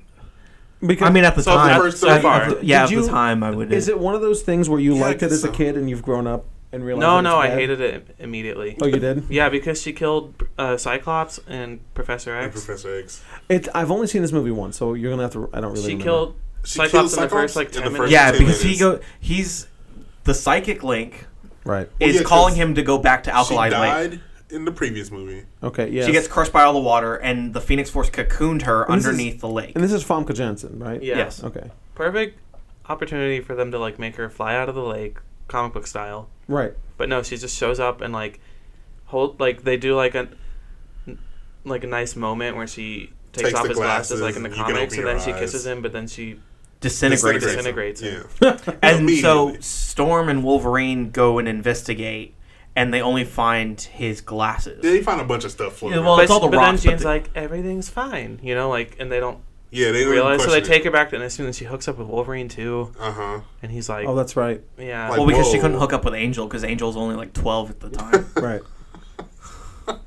A: because
F: I mean, at the
B: So
F: time,
B: far- so
F: at-
B: far.
F: at the- yeah, at
A: Did you-
F: the time I would.
A: is it one of those things where you
C: Yeah, I
A: liked it
C: guess
A: as a
C: so.
A: kid and you've grown up and realized?
B: no,
A: that
B: no,
A: it's
B: I
A: bad?
B: hated it im- immediately.
A: Oh, you did.
B: Yeah, because she killed uh, Cyclops and Professor
C: And
B: X.
C: Professor X.
A: It's I've only seen this movie once, so you're gonna have to. I don't really.
B: She
A: remember.
B: killed
C: She
B: Cyclops,
C: killed
B: in the first
C: Cyclops
B: like
C: in the
B: ten minutes.
C: first
F: yeah,
C: Ten
F: because he
C: minutes.
F: go he's the psychic link
A: right.
C: Well,
F: is
C: yeah, 'cause
F: calling him to go back to Alkali
C: she
F: Lake.
C: died in the previous movie.
A: Okay, yeah.
F: She gets crushed by all the water, and the Phoenix Force cocooned her
A: And this is-
F: underneath the lake.
A: and this is Famke Janssen, right?
B: Yeah.
F: Yes.
A: Okay.
B: Perfect opportunity for them to like make her fly out of the lake, comic book style.
A: Right.
B: But no, she just shows up and like hold like they do like a like a nice moment where she takes,
C: Takes
B: off
C: the
B: his glasses,
C: glasses,
B: like in the
C: you can
B: comics,
C: open
B: and then
C: your
B: she
C: eyes.
B: kisses him, but then she
D: disintegrates.
B: Disintegrates. Disintegrates
C: Yeah.
B: him.
D: And so
C: Immediately.
D: Storm and Wolverine go and investigate, and they only find his glasses.
C: They find a bunch of stuff floating.
E: Yeah,
C: Yeah,
E: well- it's
B: but,
E: all the
B: but
E: rocks, but
B: then Jean's
E: the-
B: like everything's fine, you know, like and they don't
C: yeah they don't
B: realize, so they take
C: it.
B: her back, to- and as soon as she hooks up with Wolverine too,
C: Uh huh.
B: and he's like,
A: Oh, that's right.
B: yeah,
C: Like-
E: Well, because she
C: Whoa.
E: couldn't hook up with Angel because Angel's only like 12 at the time.
A: Right.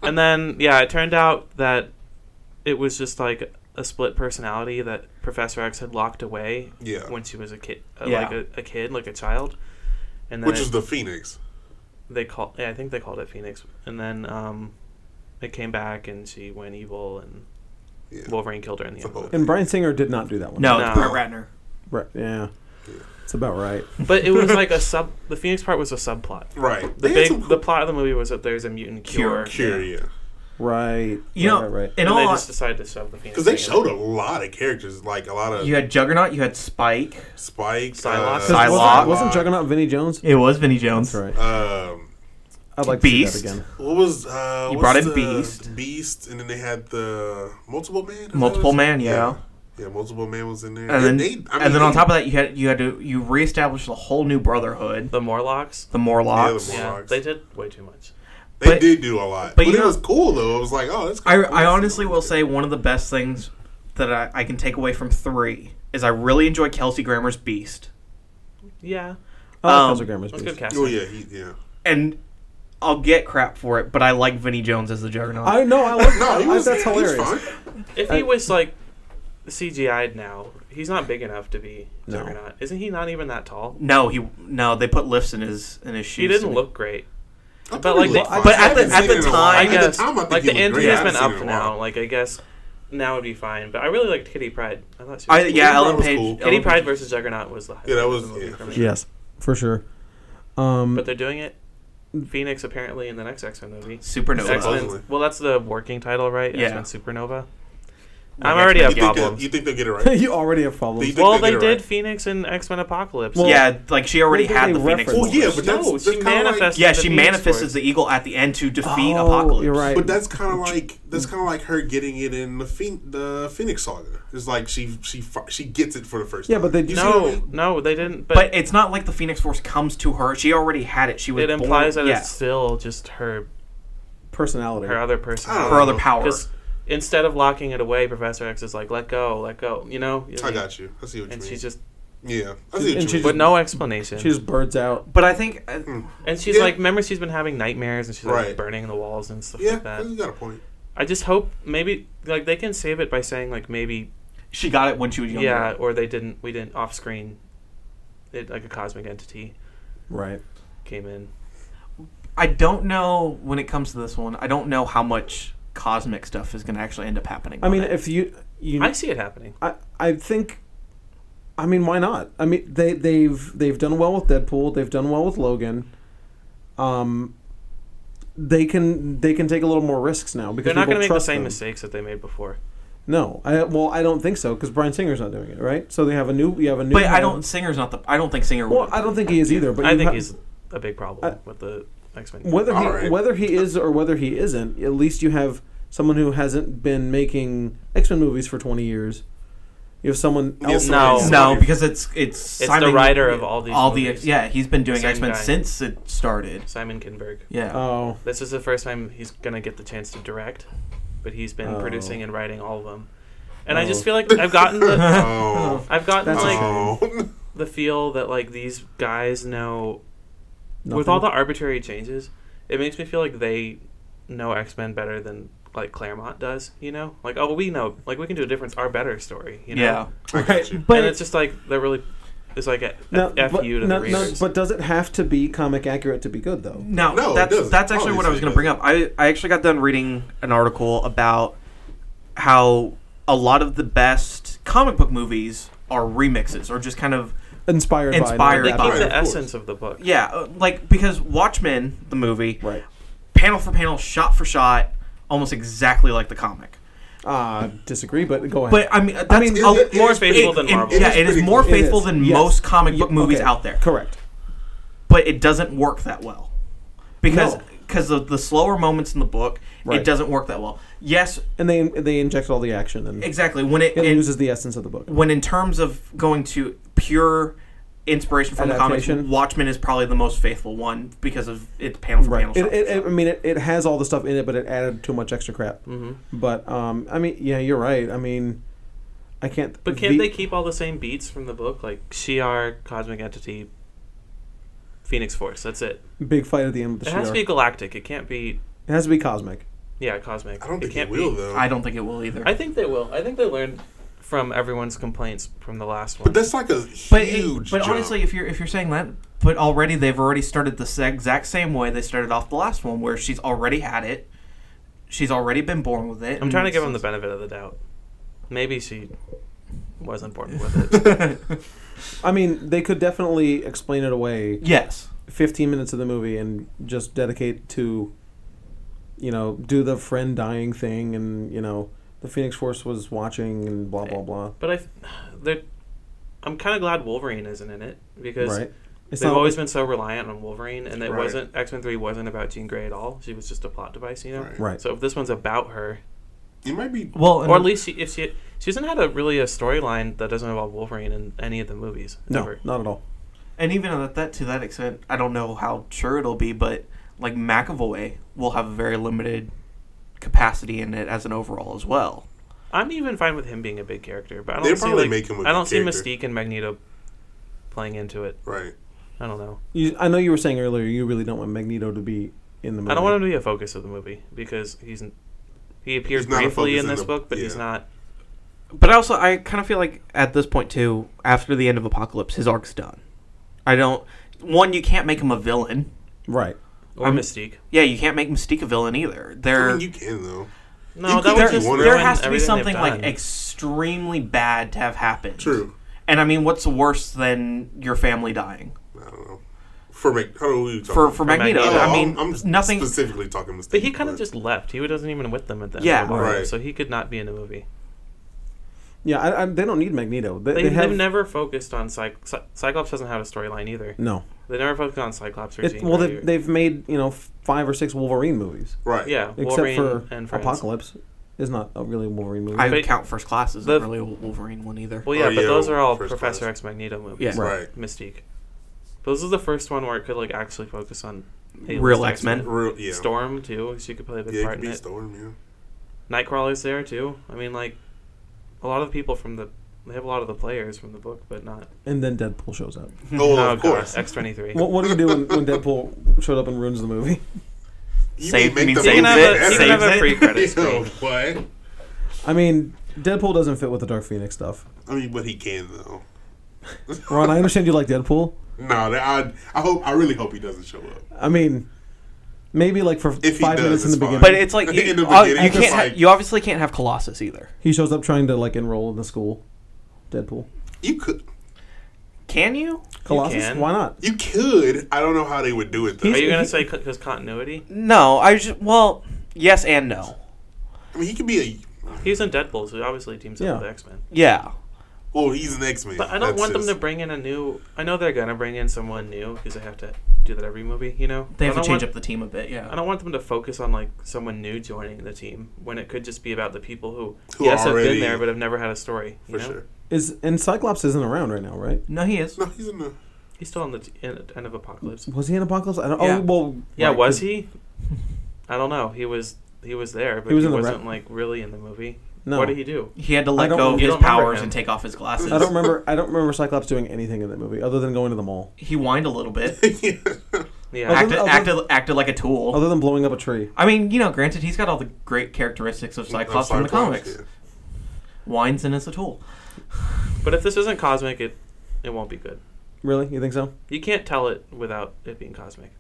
B: and then yeah, it turned out that it was just like a split personality that Professor X had locked away
C: Yeah.
B: when she was a kid, uh,
E: Yeah.
B: like a, a kid, like a child, and then
C: Which
B: it-
C: is the Phoenix.
B: they call yeah, I think they called it Phoenix, and then um, it came back and she went evil, and
C: Yeah.
B: Wolverine killed her in the
C: It's a
B: end.
C: whole-
A: And Brian Singer did not do that one.
E: No,
B: No.
E: it's Brett Ratner.
A: Right. Yeah. It's about right.
B: But it was like a sub. The Phoenix part was a subplot.
C: Right.
B: The
C: They had
B: big
C: some
B: the
C: cool-
B: plot of the movie was that there's a mutant cure,
E: Cure.
C: Cure, yeah.
A: Right.
E: You know,
A: right, right, right.
E: in
B: and
E: all,
B: they just decided to shove the Phoenix.
C: Because they
B: thing in.
C: showed a lot of characters, like a lot of uh,
D: You had Juggernaut, you had Spike,
C: Spike,
B: Psylocke.
A: 'Cause
D: Psylocke.
A: Wasn't, wasn't Juggernaut Vinnie Jones?
E: it was Vinny Jones.
A: That's right.
C: Um,
A: I'd like to
D: Beast.
A: see that again.
C: what was uh?
D: You
C: what's
D: brought in
C: the-
D: Beast.
C: Beast, and then they had the multiple man. Is that
D: Multiple
C: what it
D: Man,
C: was?
D: yeah.
C: yeah, multiple man was in there.
D: And then,
C: they- I mean,
D: and then on top of that, you had you had to you reestablished a whole new brotherhood,
B: the Morlocks.
D: the Morlocks.
C: Yeah, the Morlocks.
B: Yeah, they did way too much.
C: they
D: but-
C: did do a lot,
D: but
C: but,
D: you
C: it
D: know-
C: was cool though. It was like, oh, that's
D: I,
C: cool.
D: I honestly will say one of the best things that I, I can take away from three is I really enjoy Kelsey Grammer's Beast.
B: Yeah,
A: I
D: Um,
A: like Kelsey Grammer's
B: that's
A: Beast.
B: good casting.
C: Oh yeah, he, yeah.
D: And I'll get crap for it, but I like Vinnie Jones as the Juggernaut.
A: I know. I like
C: No,
A: that.
C: he was,
A: that's
C: he was
A: hilarious.
C: fine.
B: If he was like CGI'd now, he's not big enough to be
A: No.
B: Juggernaut. Isn't he not even that tall?
D: no, he no, they put lifts in his in his shoes.
B: He didn't
D: and-
B: look great.
C: I
B: But,
C: thought he
B: like,
C: looked
B: they-
C: fine. I
D: but at the-
C: haven't
D: at
C: seen
D: the
C: it in a while.
B: I
D: time-
C: At the
B: guess
C: time, I think
B: like
C: he
B: the
C: looked
B: anti
C: great. I
B: has
C: haven't
B: been
C: seen
B: up
C: it in a
B: now.
C: while.
B: Like I guess now would be fine. But I really liked Kitty Pride. I thought she was
D: I,
B: cool.
D: yeah,
C: Kitty
D: Ellen
C: Pryde
D: Page.
C: was cool.
B: Kitty
D: Ellen
B: Pride
D: Page-
B: versus Juggernaut was the highlight
C: Yeah, that
B: of
C: was-
B: the movie
C: yeah,
B: for
C: for
B: me.
A: Yes, for sure. Um,
B: But they're doing it. Phoenix apparently in the next X Men movie. X
D: Supernova.
C: Supposedly.
B: Men. Well, that's the working title, right?
D: Yeah.
B: X Men Supernova.
D: Like
B: I'm already
C: You
B: have
C: think they'll-
B: problems.
C: you think they'll get it right?
A: you already have
C: They
A: problems.
C: did-
B: well,
C: they
B: they
C: did
B: did
C: it right.
B: Phoenix and X Men Apocalypse.
D: yeah, like she already
A: Who
D: had
A: did
D: the
A: they
D: Phoenix.
A: reference?
C: Well,
D: Force.
C: Oh, yeah, but that's,
B: no,
C: that's
B: she
C: kind of like
B: manifests.
D: yeah,
B: the
D: she
B: Phoenix
D: manifests
B: Force.
D: the eagle at the end to defeat
A: Oh,
D: Apocalypse.
A: You're right.
C: But that's kind of like that's kind of like her getting it in the Phoen- the Phoenix Saga. It's like she she fi- she gets it for the first
A: Yeah,
C: time.
A: but they-
C: You see what I
B: No,
C: mean?
B: no, they didn't. But,
D: But it's not like the Phoenix Force comes to her. She already had it. She was
B: it implies
D: born,
B: that
D: yeah,
B: it's still just her
A: Personality.
B: her other person.
C: I don't
D: her other
C: know.
D: power.
B: Because instead of locking it away, Professor X is like, "Let go, let go," you know.
C: I got you. I see what you
B: And
C: mean.
B: she's just
C: yeah, I see
A: and
C: what
A: she
C: you
A: just-
C: mean.
B: with no explanation.
A: She just birds out.
D: But I think uh,
B: and she's
C: Yeah.
B: like, remember, she's been having nightmares and she's like
C: Right.
B: burning the walls and stuff
C: Yeah,
B: like that.
C: you got a point.
B: I just hope maybe like they can save it by saying like maybe
D: she got it when she was younger.
B: yeah, or they didn't. We didn't off screen. It like a cosmic entity
A: Right.
B: came in.
D: I don't know when it comes to this one. I don't know how much cosmic stuff is going to actually end up happening.
A: I
D: on
A: mean,
D: it.
A: if you you
B: I see it happening.
A: I, I think I mean why not? I mean they they've they've done well with Deadpool, they've done well with Logan. Um they can they can take a little more risks now because
B: They're not
A: people
B: going to make the
A: trust
B: same
A: them.
B: mistakes that they made before.
A: No, I well I don't think so because Brian Singer's not doing it right. So they have a new you have a new.
D: but I don't. Singer's not the. I don't think Singer.
A: Well,
D: would.
A: I don't think he is either. But
B: I
A: you
B: think
A: ha-
B: he's a big problem with the X Men.
A: whether he,
C: All right.
A: whether he is or whether he isn't. At least you have someone who hasn't been making X Men movies for twenty years. You have someone
C: Yeah,
A: else.
B: no.
C: somebody-
D: No,
C: somebody-
D: because it's it's
B: It's the writer of all these
D: all
B: movies.
D: the yeah he's been doing
B: Same
D: X Men
B: guy.
D: since it started.
B: Simon Kinberg.
D: Yeah,
C: Um,
A: Oh,
B: This is the first time he's going to get the chance to direct, but he's been
A: Oh.
B: producing and writing all of them. And I
A: Oh.
B: just feel like I've gotten the
C: Oh,
B: I've gotten
A: That's a
B: like
A: shame.
C: oh.
B: the feel that like these guys know with
A: nothing.
B: all the arbitrary changes, it makes me feel like they know X Men better than like Claremont does, you know? Like, oh we know like we can do a difference our better story, you know?
D: yeah.
C: I got you.
A: But
B: and it's just like that really is like a
A: No,
B: a F
A: but,
B: you to
A: no,
B: the
A: no,
B: readers.
A: but does it have to be comic accurate to be good though?
D: No,
C: No, it
D: that's
C: doesn't.
D: that's actually what I was
C: Obviously
D: going
C: it
D: to bring up. I I actually got done reading an article about how a lot of the best comic book movies are remixes or just kind of
A: Inspired,
D: Inspired
A: by,
B: they
A: not
B: keep
D: by
A: adapted.
B: the
C: of course.
B: essence of the book.
D: yeah, uh, like because Watchmen the movie,
A: right.
D: panel for panel, shot for shot, almost exactly like the comic.
A: Uh, disagree, but go ahead.
D: But I mean, that's
A: mean,
D: a-
C: it- it
B: More
C: is
B: faithful
D: it-
B: than
D: it-
B: Marvel.
D: yeah,
C: It is
D: it is
C: pretty
D: more
C: cool.
A: It
D: faithful
A: is.
D: than
A: Yes.
D: most comic
A: Yeah,
D: book movies
A: okay.
D: out there.
A: Correct.
D: but it doesn't work that well because
A: No.
D: because of the slower moments in the book.
A: Right.
D: It doesn't work that well. Yes,
A: and they they inject all the action and it,
D: exactly. When it, it-
A: loses the essence of the book.
D: when in terms of going to pure inspiration from the
A: Adaptation.
D: comics, Watchmen is probably the most faithful one because of its panel for
A: Right.
D: panel.
A: It,
D: shot for
A: it,
D: shot.
A: it- I mean, it, it has all the stuff in it, but it added too much extra crap.
B: Mm-hmm.
A: But um, I mean, yeah, you're right. I mean, I can't.
B: But can't
A: the-
B: they keep all the same beats from the book? Like CR, Cosmic Entity, Phoenix Force. That's it.
A: big fight at the end of the
B: It
A: show?
B: has to be galactic. It can't be
A: it has to be cosmic.
B: yeah, cosmic.
C: I don't think it,
B: can't
C: will
B: be.
C: though.
E: I don't think it will either.
B: I think they will. I think they learned from everyone's complaints from the last one.
C: but that's like a
D: But, it-
C: huge.
D: but
C: jump.
D: honestly, if you're if you're saying that, but already they've already started the sa- exact same way they started off the last one, where she's already had it, she's already been born with it.
B: I'm trying to give them the benefit of the doubt. Maybe she wasn't born with it.
A: I mean, they could definitely explain it away.
D: yes,
A: 15 minutes of the movie and just dedicate to, you know, do the friend dying thing and you know the Phoenix Force was watching and blah blah blah.
B: but I, they're- I'm kind of glad Wolverine isn't in it because
A: Right. It's
B: they've
A: not
B: always been so reliant on Wolverine, and it
C: Right.
B: wasn't X Men Three wasn't about Jean Grey at all. She was just a plot device, you know.
C: Right.
A: right.
B: So if this one's about her,
C: it might be.
D: well,
B: or at least she, if she she hasn't had a really a storyline that doesn't involve Wolverine in any of the movies.
A: No,
B: ever.
A: not at all.
D: and even at that to that extent, I don't know how sure it'll be, but like McAvoy will have a very limited capacity in it as an overall as well.
B: I'm even fine with him being a big character, but I don't
C: They'll
B: see
C: probably
B: like,
C: make him a
B: I
C: good
B: don't see
C: character.
B: Mystique and Magneto playing into it.
C: Right.
B: I don't know.
A: You, I know you were saying earlier you really don't want Magneto to be in the movie.
B: I don't want him to be a focus of the movie because he's n- he appears
C: He's not a
B: briefly
C: focus
B: in
C: in
B: this
C: the-
B: book, but he's
C: yeah.
B: not.
F: But I also, I kind of feel like at this point too, after the end of Apocalypse, his arc's done.
D: I don't. One, you can't make him a villain.
A: Right.
B: Or
D: I'm-
B: Mystique.
D: Yeah, you can't make Mystique a villain either. They're
C: I mean, you can though.
B: No,
C: You
B: that was
C: could- there-
B: just
C: there
B: ruin
D: there has to be
B: everything they've
D: something like
B: done.
D: extremely bad to have happened.
C: True.
D: And I mean, what's worse than your family dying
C: I don't know. For Mac, how do we talk?
D: for for Magneto?
B: Magneto.
D: I mean,
C: Oh, I'm,
D: nothing.
C: specifically talking. Mystique,
B: but he kind of just left. He doesn't even with them at the end.
D: Yeah,
B: of the movie,
C: right.
B: So he could not be in the movie.
A: Yeah, I, I, they don't need Magneto. They,
B: They,
A: they have
B: have never focused on Cy- Cy- Cyclops. Doesn't have a storyline either.
A: no.
B: They never focused on Cyclops or
A: It,
B: Jean
A: well,
B: Grey.
A: they, they've made you know f- five or six Wolverine movies,
C: right.
B: yeah,
A: except
B: Wolverine and
A: for
B: Friends.
A: Apocalypse is not a really Wolverine movie.
D: I
B: But-
D: would count first class isn't
B: the-
D: really a Wolverine one either.
B: Well, yeah,
C: Oh,
B: but
C: yeah,
B: those are all
C: First
B: Professor
C: Class.
B: X Magneto movies.
F: Yeah.
C: Right.
B: Mystique. But this is the first one where it could like actually focus on hey,
D: Real
B: let's do
D: X-Men.
B: X-Men.
C: Real, yeah.
B: Storm too, she could play a big
C: Yeah, it
B: part
C: could
B: in
C: be
B: it.
C: Storm. Yeah. Oh,
B: Nightcrawler's there too. I mean, like a lot of people from the they have a lot of the players from the book, but not.
A: and then Deadpool shows up.
C: Oh, of course.
B: X twenty three.
A: What, what do you do when, when Deadpool showed up and ruins the movie?
C: You
D: Save-
C: can make the
D: means
B: They can
C: movie
B: have a,
C: better.
B: they can have a
D: Saves it.
B: free credit
C: Yo,
B: screen.
C: what?
A: I mean, Deadpool doesn't fit with the Dark Phoenix stuff.
C: I mean, but he can though.
A: Ron, I understand you like Deadpool.
C: No, that, I, I hope. I really hope he doesn't show up.
A: I mean, maybe like for
C: If he
A: five
C: does,
A: minutes in the
C: it's
A: beginning,
C: fine.
F: But it's like
C: In
F: you,
C: the
F: oh,
C: beginning,
F: you
C: it's
F: can't. ha-
C: like-
F: you obviously can't have Colossus either.
A: he shows up trying to like enroll in the school. Deadpool,
C: You could.
D: Can you?
A: Colossus,
B: can.
A: why not?
C: You could. I don't know how they would do it though.
B: Are you gonna say because continuity?
F: No, I just well, yes and no.
C: I mean, he could be a.
B: He's in Deadpool, so he obviously teams up
A: Yeah.
B: with X Men.
F: Yeah,
C: Well, he's an X Man.
B: But I don't want them to bring in a new. I know they're gonna bring in someone new because they have to do that every movie. You know,
E: they have to
B: I don't
E: change
B: want-
E: up the team a bit. Yeah.
B: I don't want them to focus on like someone new joining the team when it could just be about the people who,
C: Who
B: yes have been
C: already-
B: there but have never had a story. You
C: for
B: know?
C: sure.
A: Is and Cyclops isn't around right now, right?
D: No, he is.
C: No, he's in the.
B: He's still on the t- in, end of Apocalypse.
A: Was he in Apocalypse? I don't,
D: Yeah.
A: Oh well,
B: Yeah,
A: right,
B: was
A: 'cause-
B: he? I don't know. He was he was there,
A: He
B: but he,
A: was in the
B: was not
A: rep-
B: like really in the movie.
A: No,
B: What did he do?
D: He had to
A: I
D: let
A: don't-
D: go of
B: you
D: his
B: don't remember
D: powers
B: him.
D: and take off his glasses.
A: I don't remember. I don't remember Cyclops doing anything in that movie other than going to the mall,
D: He whined a little bit.
B: Yeah,
A: Other
D: Acted,
A: than- other-
D: acted, acted like a tool.
A: other than blowing up a tree.
D: I mean, you know, granted, he's got all the great characteristics of Cyclops from the comics.
C: yeah.
D: Whines and is a tool.
B: but if this isn't cosmic, it it won't be good.
A: Really, you think so?
B: You can't tell it without it being cosmic.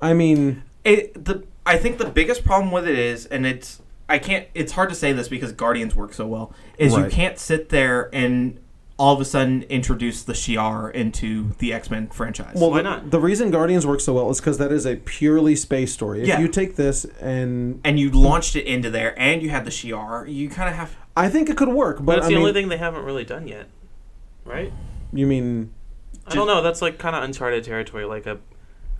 A: I mean,
D: It the I think the biggest problem with it is, and it's I can't. It's hard to say this because Guardians work so well. Is you
A: Right.
D: can't sit there and all of a sudden introduce the Shi'ar into the X Men franchise.
A: well,
B: Why
A: the-
B: not?
A: The reason Guardians works so well is because that is a purely space story. If
D: Yeah.
A: you take this and
D: and you launched it into there, and you had the Shi'ar. You kind of have
A: I think it could work, but,
B: But it's
A: I
B: the
A: mean,
B: only thing they haven't really done yet, right?
A: you mean
B: I don't know. That's like kind of uncharted territory. Like a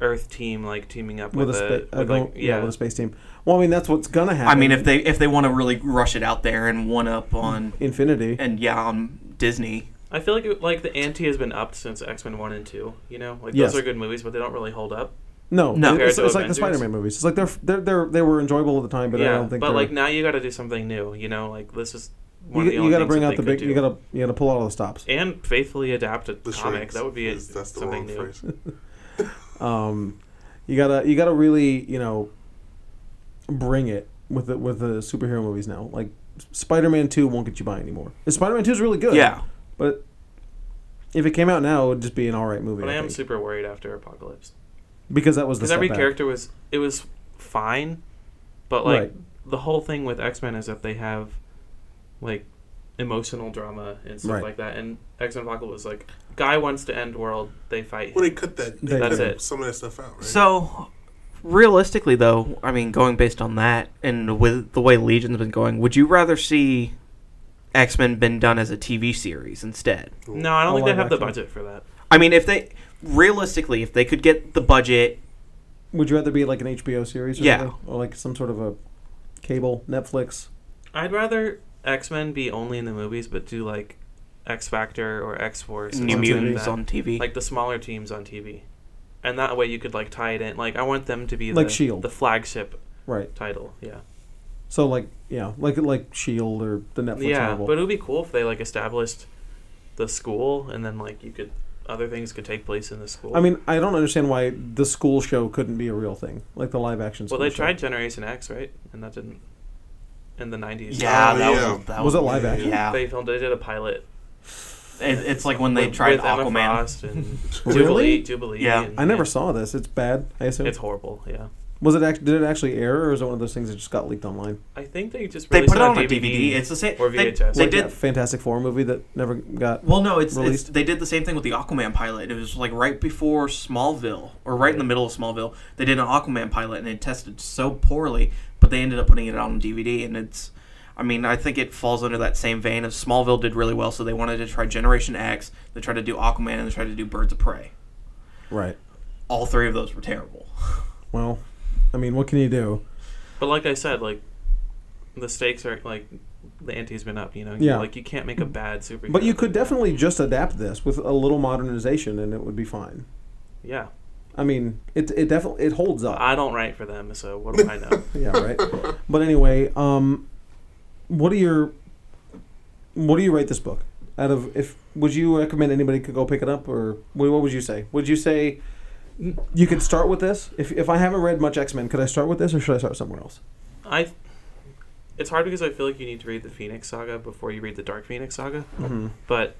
B: Earth team like teaming up
A: with,
B: with,
A: a,
B: a,
A: spa-
B: with
A: a
B: like
A: go- yeah.
B: yeah,
A: with a space team. Well, I mean that's what's gonna happen.
E: I mean, if they if they want to really rush it out there and one up on
A: Infinity,
E: and yeah on Disney,
B: I feel like it, like the ante has been upped since X Men One and Two. You know, like
A: Yes.
B: those are good movies, but they don't really hold up.
E: No.
A: no, it's,
B: Compared to
A: it's like the
B: Avengers.
A: Spider-Man movies. It's like they're, they're they're they were enjoyable at the time, but I
B: yeah,
A: don't think.
B: but
A: they're,
B: like now you got to do something new. You know, like this is
A: you,
B: one of the
A: you
B: only
A: gotta
B: things
A: bring
B: that
A: out
B: they
A: the
B: could
A: big.
B: do.
A: You gotta you gotta pull out all the stops.
B: and faithfully adapt a
C: The
B: comic.
C: shrinks
B: That would be
C: is-
B: it.
C: That's the
B: something
C: wrong
B: new.
C: phrase.
A: Um, you gotta you gotta really you know bring it with the, with the superhero movies now. Like Spider-Man Two won't get you by anymore. Spider-Man Two is really good.
E: yeah,
A: but if it came out now, it would just be an all right movie.
B: But I
A: I
B: am
A: think.
B: super worried after Apocalypse
A: because that was the
B: because
A: step
B: every
A: back.
B: character was it was fine, but like
A: Right.
B: the whole thing with X Men is that they have like emotional drama and stuff
A: Right.
B: like that. And X Men Apocalypse was like guy wants to end world. They fight.
C: Well, they cut that. They
A: That's
C: cut
B: it.
C: Some of that stuff out, right?
D: So, realistically, though, I mean, going based on that and with the way Legion's been going, would you rather see X Men been done as a TV series instead?
B: no, I don't
A: All
B: think they
A: live
B: have the
A: action.
B: budget for that.
D: I mean, if they realistically, if they could get the budget,
A: Would you rather be like an HBO series? Or
D: Yeah.
A: something? or like some sort of a cable Netflix.
B: I'd rather X Men be only in the movies, but do like X Factor or X Force.
D: New Mutants on TV,
B: like the smaller teams on TV, and that way you could like tie it in. Like I want them to be
A: Like
B: the,
A: S.H.I.E.L.D..
B: the flagship
A: Right.
B: title. Yeah,
A: So like yeah, like like Shield E or the Netflix
B: yeah.
A: novel.
B: But it would be cool if they like established the school, and then like you could other things could take place in the school.
A: I mean, I don't understand why the school show couldn't be a real thing, like the live action.
B: well,
A: School
B: they
A: show.
B: tried Generation X, right? And that didn't in the nineties.
E: yeah,
C: Oh,
E: that
C: yeah.
E: was that
A: Was it live action?
E: Yeah,
B: They filmed. They did a pilot.
E: it, it's like when they
B: with-
E: tried
B: with Emma
E: Aquaman.
B: Frost and Jubilee.
A: Really?
B: Jubilee.
E: Yeah.
B: and-
A: I never
B: and
A: saw this. It's bad. I assume.
B: It's horrible. Yeah.
A: was it act- did it actually air or is it one of those things that just got leaked online?
B: I think they just
E: They
B: released
E: put it on a
B: DVD.
E: DVD. It's the same.
B: or
E: they-
B: VHS.
E: They
A: like
E: did
A: that Fantastic Four movie that never got.
E: Well, no, it's, it's
A: Released.
E: they did the same thing with the Aquaman pilot. It was like right before Smallville, or right in the middle of Smallville. They did an Aquaman pilot, and it tested so poorly, but they ended up putting it on DVD, and it's. I mean, I think it falls under that same vein of Smallville did really well, so they wanted to try Generation X. They tried to do Aquaman, and they tried to do Birds of Prey.
A: Right.
E: All three of those were terrible.
A: Well, I mean, what can you do?
B: But like I said, like the stakes are like the ante's been up. You know, You-
A: Yeah.
B: Like you can't make a bad superhero.
A: But you could definitely just adapt this with a little modernization, and it would be fine.
B: Yeah,
A: I mean, it it definitely it holds up.
B: I don't write for them, so what do I know?
A: yeah, right. But anyway, um, what do your what do you rate this book? Out of if would you recommend anybody could go pick it up or what, what would you say? Would you say you could start with this? If if I haven't read much X Men, could I start with this or should I start somewhere else?
B: I. It's hard because I feel like you need to read the Phoenix Saga before you read the Dark Phoenix Saga.
A: Mm-hmm.
B: But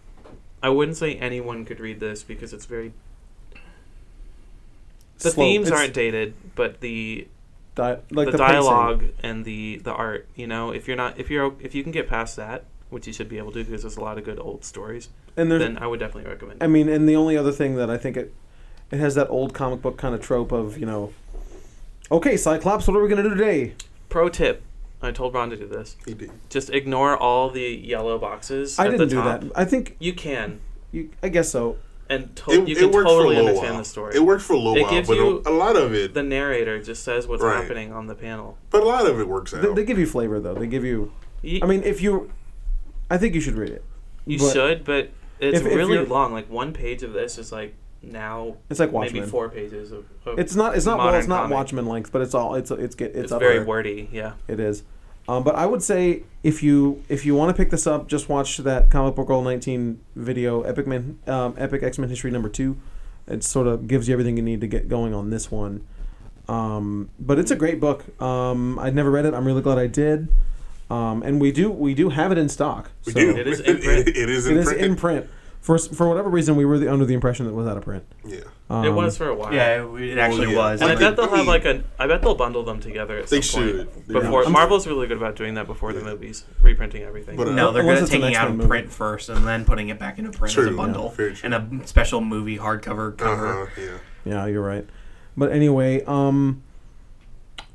B: I wouldn't say anyone could read this because it's very the themes aren't dated, but the
A: di- like
B: the,
A: the,
B: dialogue and the the art. You know, if you're not if you're o- if you can get past that, which you should be able to because there's a lot of good old stories,
A: pacing. and there's
B: then I would definitely recommend. it.
A: I mean, and the only other thing that I think it it has that old comic book kind of trope of you know, okay, Cyclops, what are we gonna do today?
B: Pro tip: I told Ron to do this.
C: He did.
B: Just ignore all the yellow boxes.
A: I
B: at
A: didn't
B: the
A: do
B: top.
A: that. I think
B: You can,
A: you, I guess so.
B: and to-
C: It,
B: you
C: it
B: can
C: worked
B: totally
C: for a little
B: understand
C: while.
B: the story.
C: It worked for a little
B: It
C: while,
B: gives
C: but
B: you
C: a, a lot of it,
B: The narrator just says what's
C: Right.
B: happening on the panel.
C: but a lot of it works out.
A: They, they give you flavor though. They give you.
B: You,
A: I mean, if you, I think you should read it.
B: you
A: but-
B: should, but it's
A: If- if
B: really
A: you're-
B: long. Like one page of this is like now
A: It's like
B: maybe
A: Watchmen.
B: four pages of. of
A: It's not. It's not. Well,
B: modern
A: it's not
B: comic.
A: Watchmen length, but it's all. It's it's get. It's,
B: It's
A: up
B: very
A: there.
B: wordy. Yeah,
A: It is. Um, but I would say if you if you want to pick this up, just watch that comic book roll nineteen video, Epic Man, um, Epic X Men History number two. It sort of gives you everything you need to get going on this one. Um, but it's a great book. Um, I'd never read it. I'm really glad I did. Um, and we do we do have it in stock.
C: we
A: so
C: do.
B: It is in print.
C: it is
A: It
C: in
A: is
C: print.
A: in print. For s- for whatever reason, we were the, under the impression that it was out of print.
C: yeah.
A: Um,
B: it was for a while.
E: Yeah, it, it actually
C: yeah.
E: was.
B: And I
C: Like,
B: bet they'll
C: I
B: have
C: mean-
B: like a. I bet they'll bundle them together at
C: They
B: some point.
C: should. They
B: Before
A: Yeah.
B: Marvel's really good about doing that before the
C: Yeah.
B: movies, reprinting everything.
C: But, uh,
E: no, they're
A: Unless
E: good at
A: it's an
E: taking it out
A: X-Men
E: of
A: movie.
E: print first and then putting it back into print as
C: True,
E: a
C: yeah,
E: bundle
C: very true.
E: and a special movie hardcover cover.
C: Uh-huh, yeah.
A: Yeah, you're right. But anyway, um,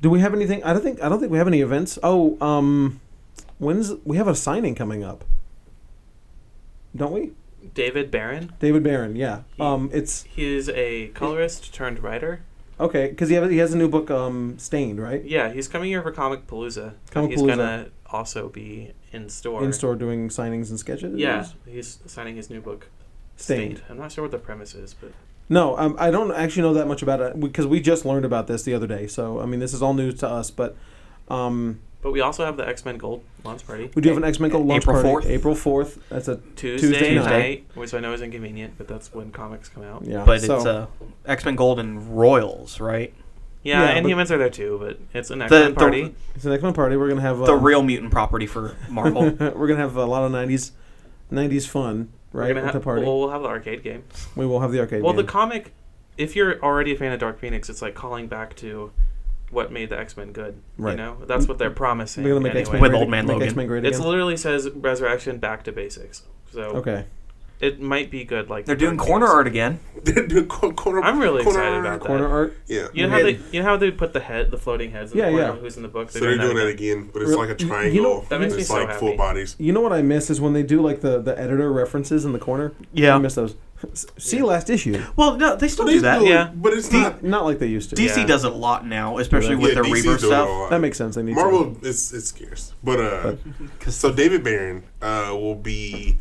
A: do we have anything? I don't think I don't think we have any events. Oh, um, when's we have a signing coming up? Don't we?
B: David Barron,
A: David Barron. Yeah. Um, it's
B: he is a colorist turned writer.
A: Okay, because he has, he has a new book, um, Stained, right?
B: Yeah, he's coming here for Comic Palooza.
A: Comic
B: He's gonna also be in store.
A: In store doing signings and sketches.
B: Yeah, he's signing his new book.
A: Stained.
B: I'm not sure what the premise is, but
A: No, um, I don't actually know that much about it because we just learned about this the other day. So I mean, this is all news to us. But um,
B: but we also have the X Men Gold launch party
A: we do have an X Men Gold launch
D: April
A: party
D: 4th?
A: April fourth. That's a
B: Tuesday,
A: Tuesday
B: night,
A: night.
B: which I know is inconvenient, but that's when comics come out.
A: yeah.
D: But
A: so,
D: it's uh, X Men Gold and Royals, right?
B: Yeah,
A: Yeah,
B: and
A: but-
B: humans are there too, but it's an X
D: The-
B: Men
D: the-
B: party.
A: it's an X Men party. We're gonna have
D: The
A: uh,
D: real mutant property for Marvel.
A: we're gonna have a lot of nineties nineties fun.
B: We're
A: Right
B: gonna
A: at
B: ha-
A: the party,
B: Well, we'll have the arcade game.
A: we will have the arcade.
B: Well,
A: game.
B: the comic, if you're already a fan of Dark Phoenix, it's like calling back to what made the X Men good. You
A: Right.
B: know, that's what they're promising.
A: We're gonna make
B: anyway.
A: X Men
D: With Old Man Logan.
A: X Men great
B: It's
A: again.
B: literally says resurrection back to basics. So
A: Okay,
B: it might be good. Like
D: They're
B: the
D: doing
B: Dark
D: corner
B: Phoenix.
D: art again.
C: They're doing cor- corner.
B: I'm really
C: corner
B: excited about that.
A: corner art.
C: Yeah.
B: You know how they you know how they put the head, the floating heads in
A: Yeah,
B: the corner
A: yeah.
B: of who's in the book.
C: So they're doing that again, but it's
A: Real-
C: like a
A: you- you know-
C: triangle.
B: That makes me
C: it's
B: so
C: like full
B: happy.
C: bodies.
A: You know what I miss is when they do like the the editor references in the corner. I miss those. See last issue.
D: Well, no, they still
C: They
D: do that.
C: still-
B: yeah.
C: But it's not.
A: Not like they used to.
D: DC
B: Yeah.
D: does it a lot now, especially
A: Yeah,
D: with
C: yeah,
D: their
C: DC's doing
D: Reaver
C: it a
D: stuff.
C: lot.
A: That makes sense. They need to.
C: Marvel is it's scarce, but uh, so David Barron uh will be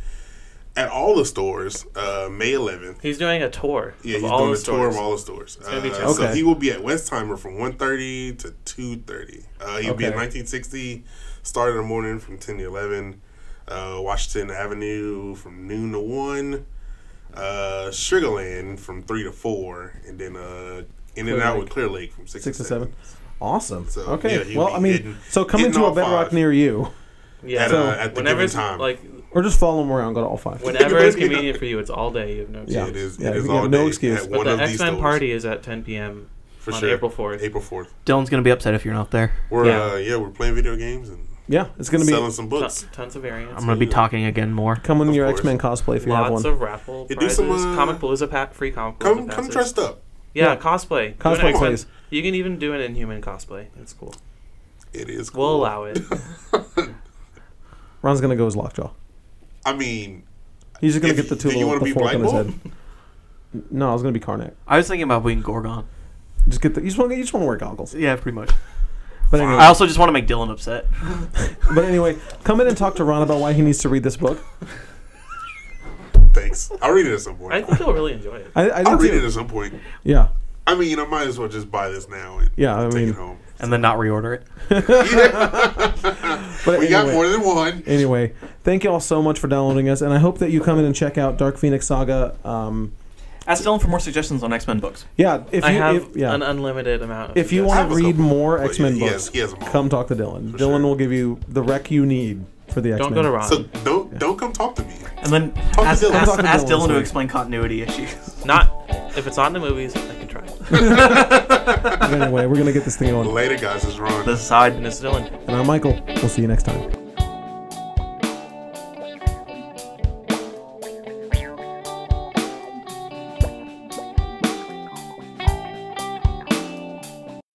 C: at all the stores uh May 11th.
B: He's doing a tour.
C: Yeah,
B: of
C: he's
B: all
C: doing
B: the
C: a tour of
B: stores.
C: all the stores.
B: gonna be
C: Uh,
B: tough.
C: So
A: Okay.
C: he will be at Westheimer from 1.30 to 2.30. Uh, he'll be at
A: Okay.
C: 1960, start in the morning from 10 to 11. Uh, Washington Avenue from noon to 1. Uh, Sugarland from 3 to 4. And then uh, in and
A: Clear
C: out
A: Lake.
C: with Clear Lake from 6,
A: Six
C: to
A: to
C: 7.
A: seven. Awesome.
C: So, yeah,
A: okay.
C: he'd
A: well,
C: be
A: I mean,
C: hitting-
A: so come
C: hitting
A: into a
C: all
A: bedrock
C: five.
A: near you,
B: Yeah,
C: At,
A: So-
C: uh, at the
B: whenever
C: given
B: it's
C: time.
B: like
A: or just follow them around. Go to all five.
B: whenever it's convenient for you, it's all day. You have no
A: Yeah.
C: it
B: excuse.
C: is,
A: Yeah,
C: it
A: you
C: is
A: have
C: all
A: no
C: day
A: excuse.
C: at
B: But
C: one
B: the
C: of these
B: X Men
C: stores.
B: party is at 10 p.m.
C: For
B: on
C: sure.
B: April 4th.
C: April 4th.
F: Dylan's gonna be upset if you're not there.
C: We're,
B: Yeah.
C: yeah. Uh, yeah, we're playing video games and
A: Yeah, it's gonna be
C: selling some books.
B: Ton- tons of variants.
F: I'm gonna be
C: Yeah.
F: talking again more.
A: come in
C: Of
A: your
C: course.
A: X Men cosplay if you have
B: Lots
A: one.
B: of raffle
C: Yeah, do
B: prizes.
C: some, uh,
B: comic Palooza pack, free comic
C: Come
B: Palooza
C: come
B: passes.
C: dressed up.
B: Yeah,
A: Yeah.
B: cosplay. Do an
A: Cosplay,
B: X-Men.
A: please.
B: You can even do an Inhuman cosplay. It's cool.
C: It is cool.
B: We'll allow it.
A: Ron's gonna go as Lockjaw.
B: uh,
C: I mean,
A: He's just gonna
C: If-
A: get the two
C: do you
A: little
C: wanna
A: the
C: be
A: fork on his
C: Black
A: head. No, I was gonna be Karnak.
F: I was thinking about being Gorgon.
A: Just get the. You just want. You just want to wear goggles.
F: Yeah, pretty much.
A: But anyway,
F: I also just want to make Dylan upset.
A: but anyway, come in and talk to Ron about why he needs to read this book.
C: thanks. I'll read it at some
B: I
C: point.
B: think you'll really enjoy it.
A: I, I
C: I'll
A: do
C: read it
A: too.
C: at some point.
A: Yeah.
C: I mean, I might as well just buy this now and
A: Yeah, I
C: take
A: mean-
C: it home.
F: And then not reorder it.
A: But
C: We got
A: anyway.
C: more than one.
A: anyway, thank you all so much for downloading us, and I hope that you come in and check out Dark Phoenix Saga. Um,
D: Ask Dylan for more suggestions on X Men books.
A: yeah, if you
B: I have
A: if, yeah,
B: an uh, unlimited amount. Of
A: if you
B: suggestions.
A: want
C: have
A: to
C: a
A: read
C: couple,
A: more
C: but
A: X Men
C: he has-
A: books,
C: he has them all.
A: come talk to Dylan. Dylan
C: sure.
A: will give you the rec you need for the X Men.
B: don't go to Ron.
C: So don't don't come talk to me.
D: And then
C: Talk
D: ask,
C: to Dylan.
D: ask,
A: Talk to
D: ask
A: Dylan
D: Dylan
A: this
D: to
A: week.
D: explain continuity issues.
B: Not if it's on the movies, I can try.
A: Anyway, we're gonna get this thing going.
C: Later, guys. It's Ron.
D: The side
B: And it's Dylan.
A: And I'm Michael. We'll see you next time.